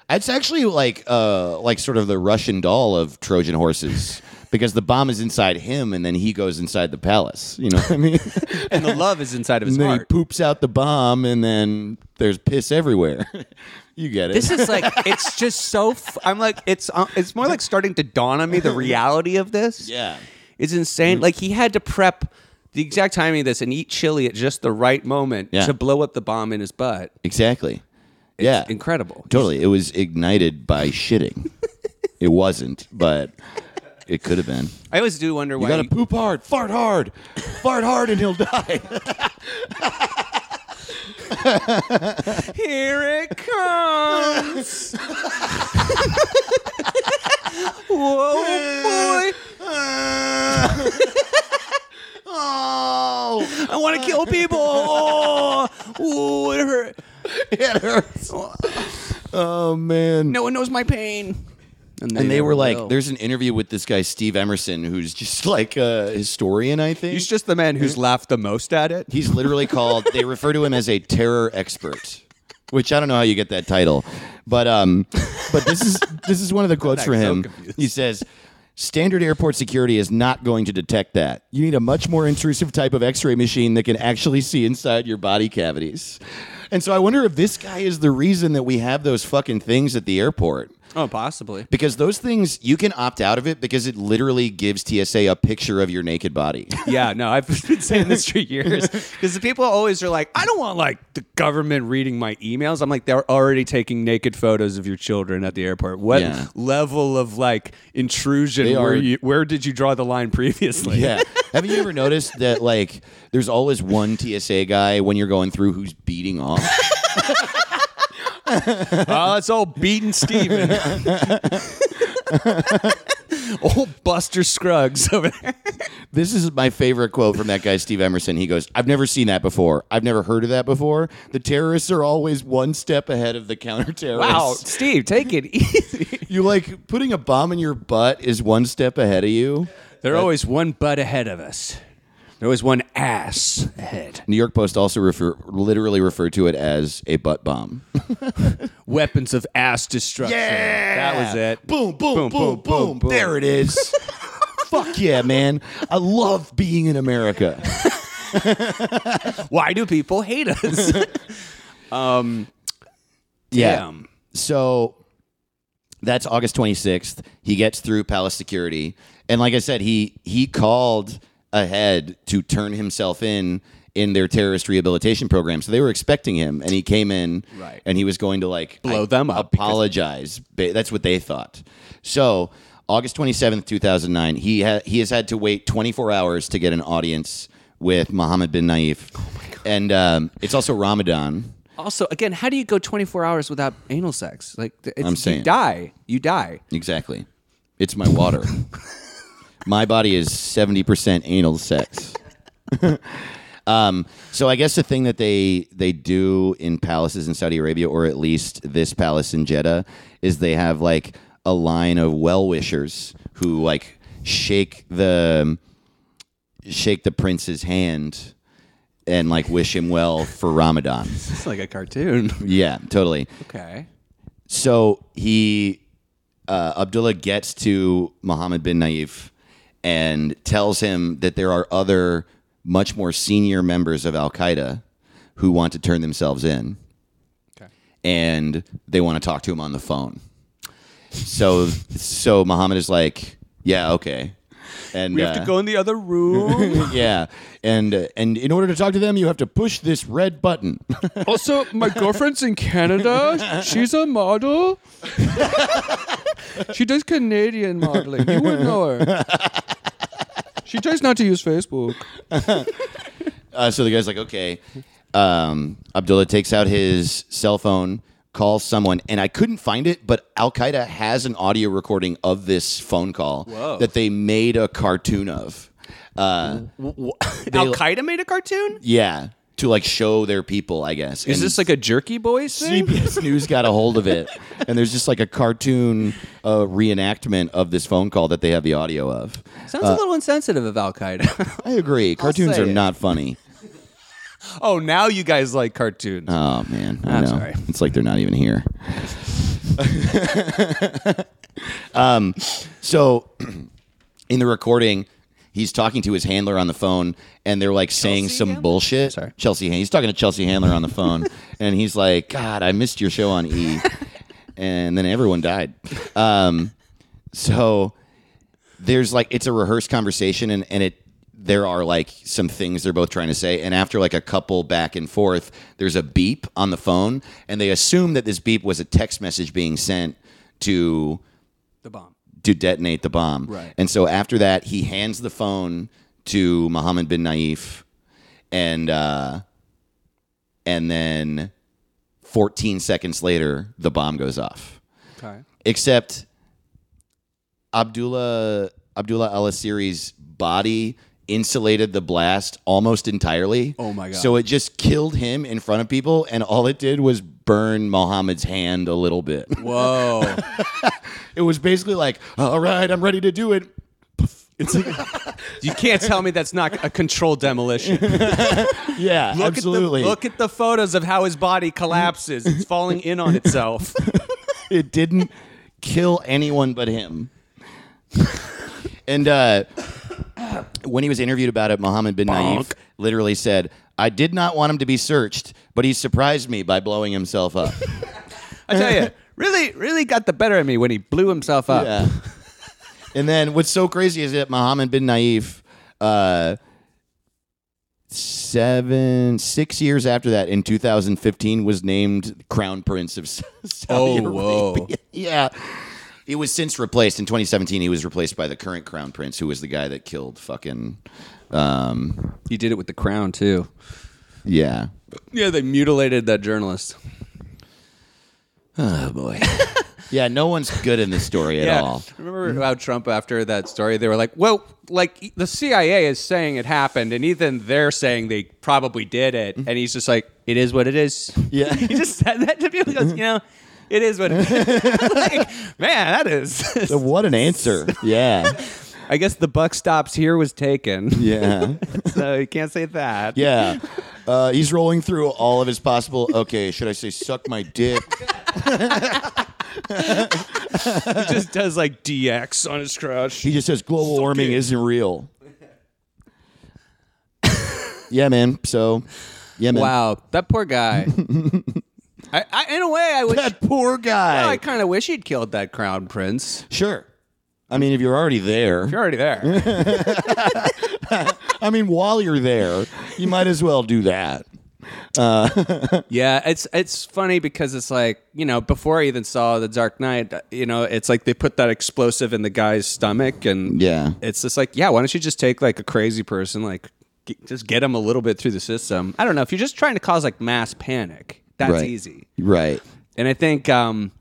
it's actually like uh, like sort of the Russian doll of Trojan horses. Because the bomb is inside him, and then he goes inside the palace. You know what I mean?
And the love is inside of his
and then he
heart.
poops out the bomb, and then there's piss everywhere. you get it.
This is like it's just so. F- I'm like it's uh, it's more like starting to dawn on me the reality of this.
yeah.
It's insane.
Mm-hmm.
Like he had to prep the exact timing of this and eat chili at just the right moment
Yeah.
to blow up the bomb in his butt.
Exactly. yeah.
Incredible.
Totally. It was ignited by shitting. it wasn't, but it could have been.
I always do wonder why.
You gotta
he-
poop hard, fart hard, fart hard, and he'll die.
Here it comes. Whoa, boy.
oh,
I want to kill people. Oh, ooh, it hurt.
it hurts. Oh man.
No one knows my pain.
And they were like,
will.
there's an interview with this guy Steve Emerson, who's just like a historian, I think.
He's just the man who's laughed the most at it.
He's literally called. They refer to him as a terror expert, which I don't know how you get that title, but um, but this is this is one of the quotes for him. He says. Standard airport security is not going to detect that. You need a much more intrusive type of x ray machine that can actually see inside your body cavities. And so I wonder if this guy is the reason that we have those fucking things at the airport
oh, possibly.
because those things, you can opt out of it because it literally gives TSA a picture of your naked body.
Yeah, no, I've been saying this for years.
Because the people always are like,
I don't want like the government reading my emails. I'm like, they're already taking naked photos of your children at the airport. What
Yeah.
level of like intrusion
They
were
are-
you? Where did you draw the line previously?
Yeah. Have you ever noticed that like there's always one TSA guy when you're going through who's beating off?
oh, it's old beaten Steven. old Buster Scruggs over there.
This is my favorite quote from that guy Steve Emerson. He goes, "I've never seen that before. I've never heard of that before. The terrorists are always one step ahead of the
wow,
counter-terrorists.
Steve, take it easy.
You like putting a bomb in your butt is one step ahead of you."
They're always one butt ahead of us. There was one ass ahead.
New York Post also refer literally referred to it as a butt bomb.
Weapons of ass destruction. That was it.
Boom, boom, boom, boom, boom. There it is. Fuck yeah, man. I love being in America.
Why do people hate us?
Yeah.
Damn.
So that's August 26th. He gets through palace security, and like I said, he he called ahead to turn himself in in their terrorist rehabilitation program. So they were expecting him, and he came in,
Right.
And he was going to like
Blow them up because-
apologize. Ba- That's what they thought. So. August 27th, 2009, he, ha- he has had to wait 24 hours to get an audience with Mohammed bin Naif. Oh my God. And um, it's also Ramadan.
also, again, how do you go 24 hours without anal sex? Like, th- it's,
I'm
you
saying.
die. You die.
Exactly. It's my water. my body is 70% anal sex. um, so I guess the thing that they they do in palaces in Saudi Arabia or at least this palace in Jeddah is they have like a line of well-wishers who like shake the shake the prince's hand and like wish him well for Ramadan.
It's like a cartoon.
Yeah, totally.
Okay.
So he, uh, Abdullah gets to Mohammed bin Naif and tells him that there are other much more senior members of Al Qaeda who want to turn themselves in. And they want to talk to him on the phone. So so Muhammad is like, yeah, okay. And
We have
uh,
to go in the other room.
yeah, and uh, and in order to talk to them, you have to push this red button.
also, my girlfriend's in Canada. She's a model. she does Canadian modeling. You wouldn't know her. She tries not to use Facebook.
Uh, so the guy's like, okay. Um, Abdullah takes out his cell phone, calls someone, and I couldn't find it, but Al Qaeda has an audio recording of this phone call that they made a cartoon of. Uh,
Al Qaeda made a cartoon.
yeah, to like show their people, I guess.
Is this like a jerky boys thing?
CBS News got a hold of it, and there's just like a cartoon uh, reenactment of this phone call that they have the audio of.
Sounds a little insensitive of Al Qaeda.
I agree. Cartoons
say
are
it.
not funny.
oh, now you guys like cartoons.
Oh man, I know.
sorry.
It's like they're not even here. um, Um, so in the recording, he's talking to his handler on the phone, and they're like saying some bullshit. Sorry, Chelsea. Han- He's talking to Chelsea Handler on the phone, and he's like, "God, I missed your show on E," and then everyone died. Um, so there's like it's a rehearsed conversation and and it there are like some things they're both trying to say and after like a couple back and forth there's a beep on the phone and they assume that this beep was a text message being sent to
The bomb.
to detonate the bomb right and so after that he hands the phone to Mohammed bin Naif and uh and then 14 seconds later the bomb goes off
Okay.
except Abdullah Abdullah Al Asiri's body insulated the blast almost entirely.
Oh my God.
So it just killed him in front of people, and all it did was burn Mohammed's hand a little bit.
Whoa.
It was basically like, "All right, I'm ready to do it." Poof. It's like,
you can't tell me that's not a controlled demolition.
yeah,
Look
absolutely.
At the, look at the photos of how his body collapses. It's falling in on itself.
it didn't kill anyone but him. and uh, when he was interviewed about it, Mohammed bin Naif literally said, I did not want him to be searched, but he surprised me by blowing himself up.
I tell you, really, really got the better of me when he blew himself up.
yeah. And then what's so crazy is that Mohammed bin Naif, uh, seven, six years after that, in 2015, was named Crown Prince of S- Saudi Arabia.
whoa.
yeah. He was since replaced in 2017. He was replaced by the current crown prince, who was the guy that killed fucking. Um,
He did it with the crown too.
yeah.
Yeah, they mutilated that journalist.
Oh boy. yeah, no one's good in this story at all.
Remember how Trump, after that story, they were like, well, like the CIA is saying it happened, and even they're saying they probably did it. And he's just like, it is what it is.
Yeah.
he just said that to people. He goes, you know, it is what it is. like, man, that is.
What an answer. Yeah.
I guess the buck stops here was taken.
Yeah.
so you can't say that.
Yeah. Uh, he's rolling through all of his possible. Okay, should I say suck my dick?
He just does like DX on his crush.
He just says global warming isn't real. yeah, man. So, yeah, man.
Wow, that poor guy. I, I, in a way, I wish.
That poor guy.
well, I kind of wish he'd killed that crown prince.
sure. I mean, if you're already
You're
there,
already there.
I mean, while you're there, you might as well do that.
yeah, it's it's funny because it's like you know before I even saw the Dark Knight, you know, it's like they put that explosive in the guy's stomach, and
Yeah.
it's just like yeah, why don't you just take like a crazy person, like g- just get him a little bit through the system. I don't know if you're just trying to cause like mass panic, that's
Right.
easy.
Right.
And I think um,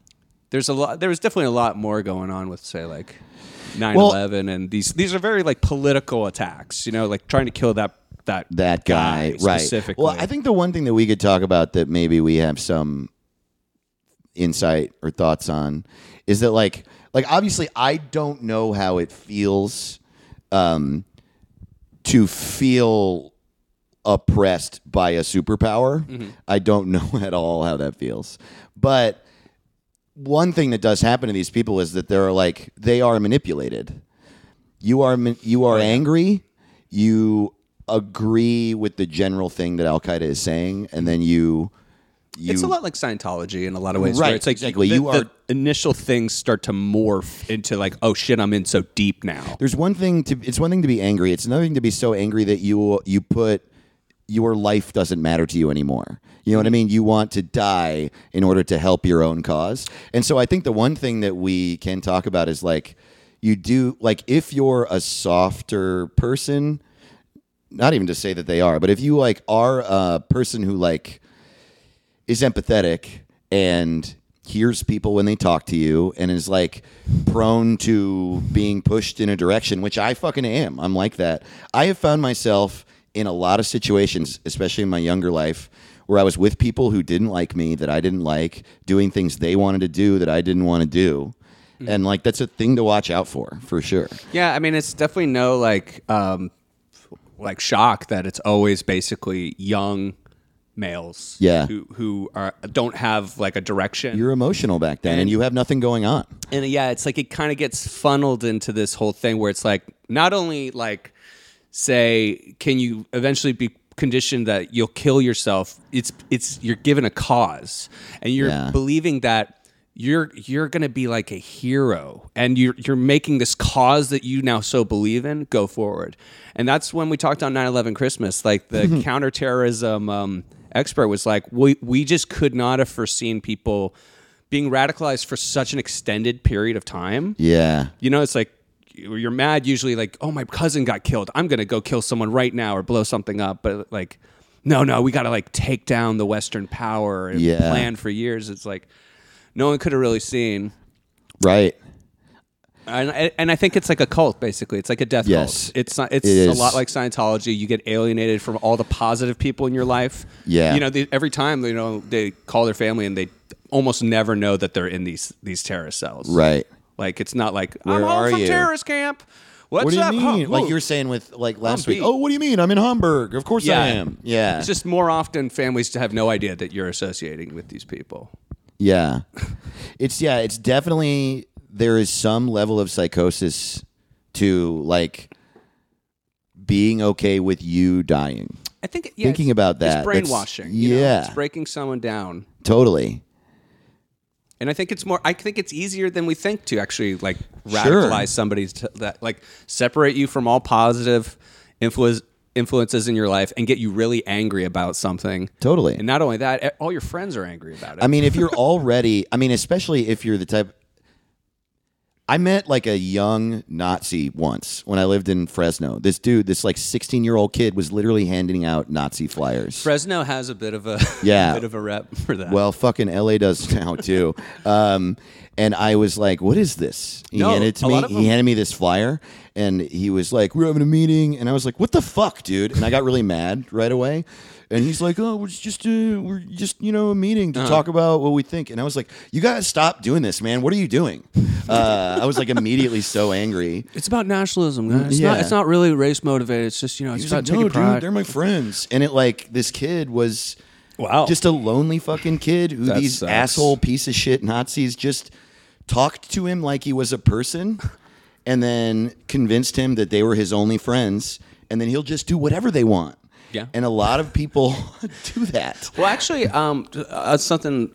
there's a lot. There was definitely a lot more going on with say like 9/11 and these. These are very like political attacks. You know, like trying to kill that that
That guy. right.
specifically.
Well, I think the one thing that we could talk about that maybe we have some insight or thoughts on is that like like obviously I don't know how it feels um to feel oppressed by a superpower.
Mm-hmm.
I don't know at all how that feels. But one thing that does happen to these people is that they're like they are manipulated. You are ma- you are angry. You agree with the general thing that Al Qaeda is saying, and then you you
it's a lot like Scientology in a lot of ways.
Right,
where it's like
exactly.
The,
You
the
are-
initial things start to morph into like, oh shit, I'm in so deep now.
There's one thing to it's one thing to be angry. It's another thing to be so angry that you you put your life doesn't matter to you anymore. You know what I mean? You want to die in order to help your own cause. And so I think the one thing that we can talk about is like you do like if you're a softer person, not even to say that they are, but if you like are a person who like is empathetic and hears people when they talk to you and is like prone to being pushed in a direction, which I fucking am. I'm like that. I have found myself in a lot of situations, especially in my younger life, where I was with people who didn't like me, that I didn't like, doing things they wanted to do that I didn't want to do. And like that's a thing to watch out for, for sure.
Yeah, I mean, it's definitely no like, um, like shock that it's always basically young males.
Yeah.
who who are don't have like a direction.
You're emotional back then, and you have nothing going on.
and yeah, it's like it kind of gets funneled into this whole thing where it's like not only like say can you eventually be conditioned that you'll kill yourself it's it's you're given a cause and you're
Yeah.
believing that you're you're going to be like a hero and you're you're making this cause that you now so believe in go forward and that's when we talked on 9/11 Christmas like the counterterrorism um expert was like we we just could not have foreseen people being radicalized for such an extended period of time
Yeah.
you know, it's like you're mad usually like, oh, my cousin got killed. I'm going to go kill someone right now or blow something up. But like, no, no, we got to like take down the Western power and
Yeah.
plan for years. It's like no one could have really seen.
Right.
And, and I think it's like a cult, basically. It's like a death
Yes.
cult. It's not. It's
It
a
is.
lot like Scientology. You get alienated from all the positive people in your life.
Yeah.
You know, they, every time you know they call their family and they almost never know that they're in these these terrorist cells.
Right.
Like it's not like
Where
I'm home
are
from
you?"
terrorist camp. What's
what do you
up?
mean?
Huh,
like
whoa.
you were saying with like last
I'm
week.
beat.
Oh, what do you mean? I'm in Hamburg. Of course
Yeah.
I am. Yeah.
It's just more often families to have no idea that you're associating with these people.
yeah. it's yeah. It's definitely there is some level of psychosis to like being okay with you dying.
I think yeah,
Thinking
it's-
about that,
it's
that's-
brainwashing. you know?
yeah.
it's breaking someone down.
Totally.
And I think it's more. I think it's easier than we think to actually like radicalize somebody to that like separate you from all positive influence, influences in your life and get you really angry about something.
Totally.
And not only that, eh, all your friends are angry about it.
I mean, if you're already, I mean, especially if you're the type. I met like a young Nazi once when I lived in Fresno. This dude, this like 16 year old kid, was literally handing out Nazi flyers.
Fresno has a bit of a
Yeah.
bit of a rep for that.
Well, fucking LA does now too. um, and I was like, "What is this?" He
No,
handed it to
a
me.
lot of
He
them-
handed me this flyer, and he was like, "We're having a meeting," and I was like, "What the fuck, dude?" And I got really mad right away. And he's like, "Oh, it's just a, we're just you know a meeting
Uh-huh.
to talk about what we think." And I was like, "You gotta stop doing this, man. What are you doing?" Uh, I was like immediately so angry.
It's about nationalism, guys. It's,
Yeah.
not, it's not really race motivated. It's just you know, it's
He's
about
like, "No,
taking
dude,
pride.
they're my friends." And it like this kid was.
wow,
just a lonely fucking kid who
That
these
sucks.
asshole piece of shit Nazis just talked to him like he was a person and then convinced him that they were his only friends and then he'll just do whatever they want.
Yeah.
And a lot of people do that.
Well, actually, um, uh, something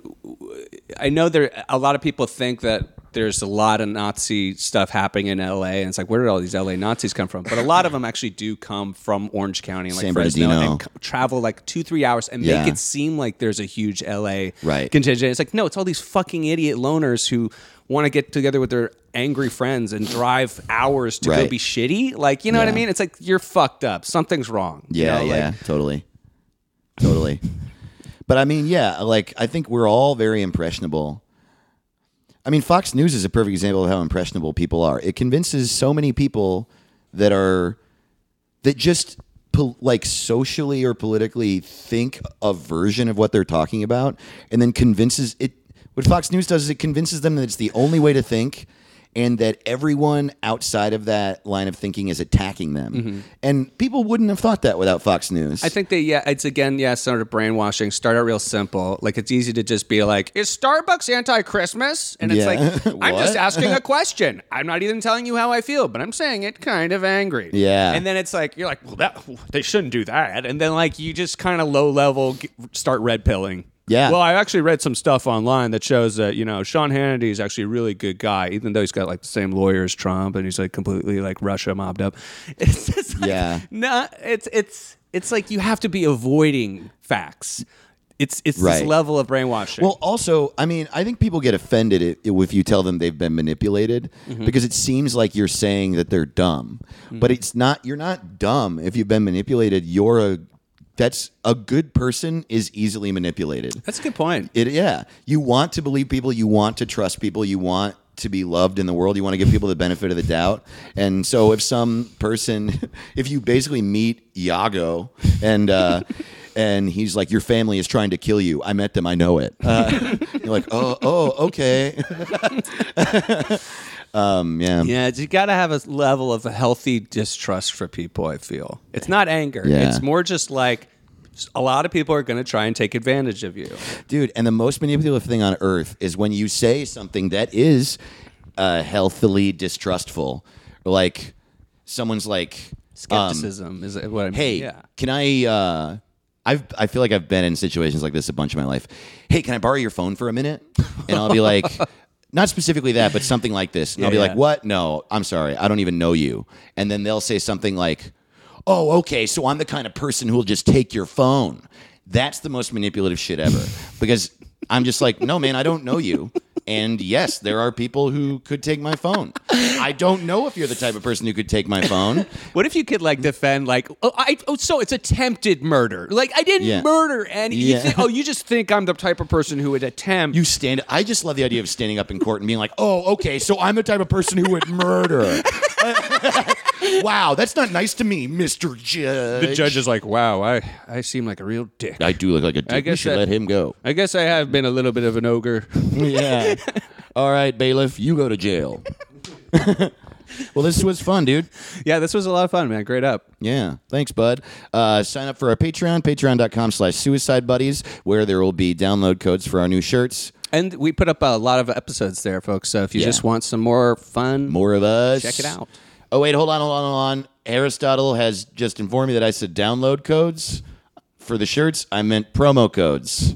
I know there a lot of people think that there's a lot of Nazi stuff happening in LA, and it's like where did all these LA Nazis come from? But a lot of them actually do come from Orange County, and like
San
Fresno,
Bernardino.
and c- travel like two three hours and
Yeah.
make it seem like there's a huge LA
Right.
contingent. It's like no, it's all these fucking idiot loners who want to get together with their angry friends and drive hours to go
Right.
be shitty. Like you know what I
Yeah.
mean? It's like you're fucked up. Something's wrong. you
Yeah,
know, like-
yeah, totally. Totally. but I mean, yeah, like I think we're all very impressionable. I mean, Fox News is a perfect example of how impressionable people are. It convinces so many people that are that just po- like socially or politically think a version of what they're talking about and then convinces it what Fox News does is it convinces them that it's the only way to think and that everyone outside of that line of thinking is attacking them. And people wouldn't have thought that without Fox News.
I think they yeah, it's again yeah, sort of brainwashing. Start out real simple. Like it's easy to just be like, is Starbucks anti-Christmas? And it's
Yeah.
like, I'm just
What?
asking a question. I'm not even telling you how I feel, but I'm saying it kind of angry.
Yeah.
And then it's like you're like, well, that they shouldn't do that. And then like you just kind of low level g- start red pilling
Yeah.
Well, I actually read some stuff online that shows that, you know, Sean Hannity is actually a really good guy, even though he's got like the same lawyer as Trump and he's like completely like Russia mobbed up. It's just like,
Yeah.
nah, it's, it's, it's like you have to be avoiding facts. It's, it's
Right.
this level of brainwashing.
Well, also, I mean, I think people get offended i- if you tell them they've been manipulated because it seems like you're saying that they're dumb, but it's not. You're not dumb if you've been manipulated. You're a that's a good person is easily manipulated.
that's a good point.
It yeah. You want to believe people, you want to trust people, you want to be loved in the world, you want to give people the benefit of the doubt. And so if some person if you basically meet Iago and uh And he's like, your family is trying to kill you. I met them. I know it. Uh, you're like, oh, oh, okay. um, yeah.
Yeah, you got to have a level of healthy distrust for people. I feel it's not anger;
Yeah.
it's more just like a lot of people are going to try and take advantage of you.
Dude, and the most manipulative thing on earth is when you say something that is uh, healthily distrustful. Like, someone's like, um,
Skepticism is what I mean.
hey,
yeah.
can I? Uh, I've I feel like I've been in situations like this a bunch of my life. Hey, can I borrow your phone for a minute? And I'll be like, not specifically that, but something like this. And I'll be like,
yeah.
what? No, I'm sorry, I don't even know you. And then they'll say something like, oh, okay, so I'm the kind of person who will just take your phone. That's the most manipulative shit ever because I'm just like, no, man, I don't know you. And yes, there are people who could take my phone. I don't know if you're the type of person who could take my phone.
What if you could like defend like oh I oh so it's attempted murder like I didn't
Yeah.
murder any you
Yeah.
thi- oh you just think I'm the type of person who would attempt
You stand. I just love the idea of standing up in court and being like, "Oh, okay, so I'm the type of person who would murder." wow, that's not nice to me, Mister Judge.
is like wow I I seem like a real dick
I do look like a dick.
I
we
guess
should
that-
let him go.
I guess I have been a little bit of an ogre
yeah. All right, bailiff, you go to jail. well, this was fun, dude.
yeah this was a lot of fun man great up
Yeah. Thanks, bud. Uh, sign up for our Patreon, patreon.com slash suicide buddies, where there will be download codes for our new shirts.
And we put up a lot of episodes there, folks. So if you
Yeah.
just want some more fun,
More of us.
Check it out.
Oh wait, hold on, hold on, hold on. Aristotle has just informed me that I said download codes for the shirts. I meant promo codes.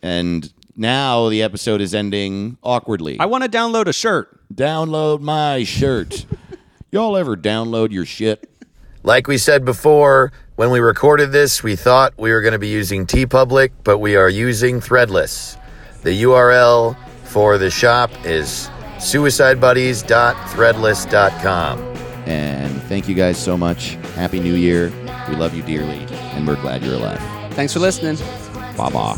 And now the episode is ending awkwardly.
I want to download a shirt.
download my shirt. Y'all ever download your shit?
Like we said before, when we recorded this, we thought we were going to be using TeePublic, but we are using Threadless. The URL for the shop is suicidebuddies.threadless.com.
And thank you guys so much. Happy New Year. We love you dearly, and we're glad you're alive.
Thanks for listening.
Bah, bah.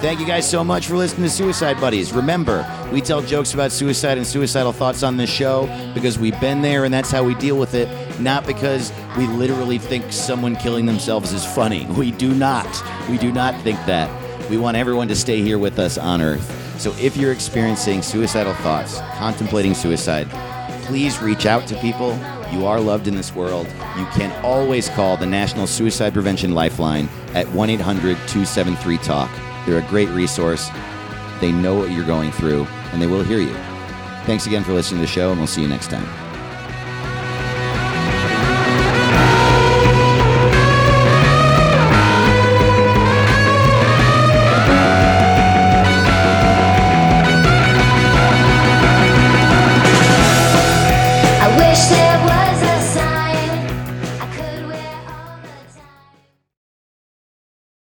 Thank you guys so much for listening to Suicide Buddies. Remember, we tell jokes about suicide and suicidal thoughts on this show because we've been there and that's how we deal with it, not because we literally think someone killing themselves is funny. We do not. We do not think that. We want everyone to stay here with us on Earth. So if you're experiencing suicidal thoughts, contemplating suicide, Please reach out to people. You are loved in this world. You can always call the National Suicide Prevention Lifeline at 1 800 273 TALK. They're a great resource. They know what you're going through and they will hear you. Thanks again for listening to the show, and we'll see you next time.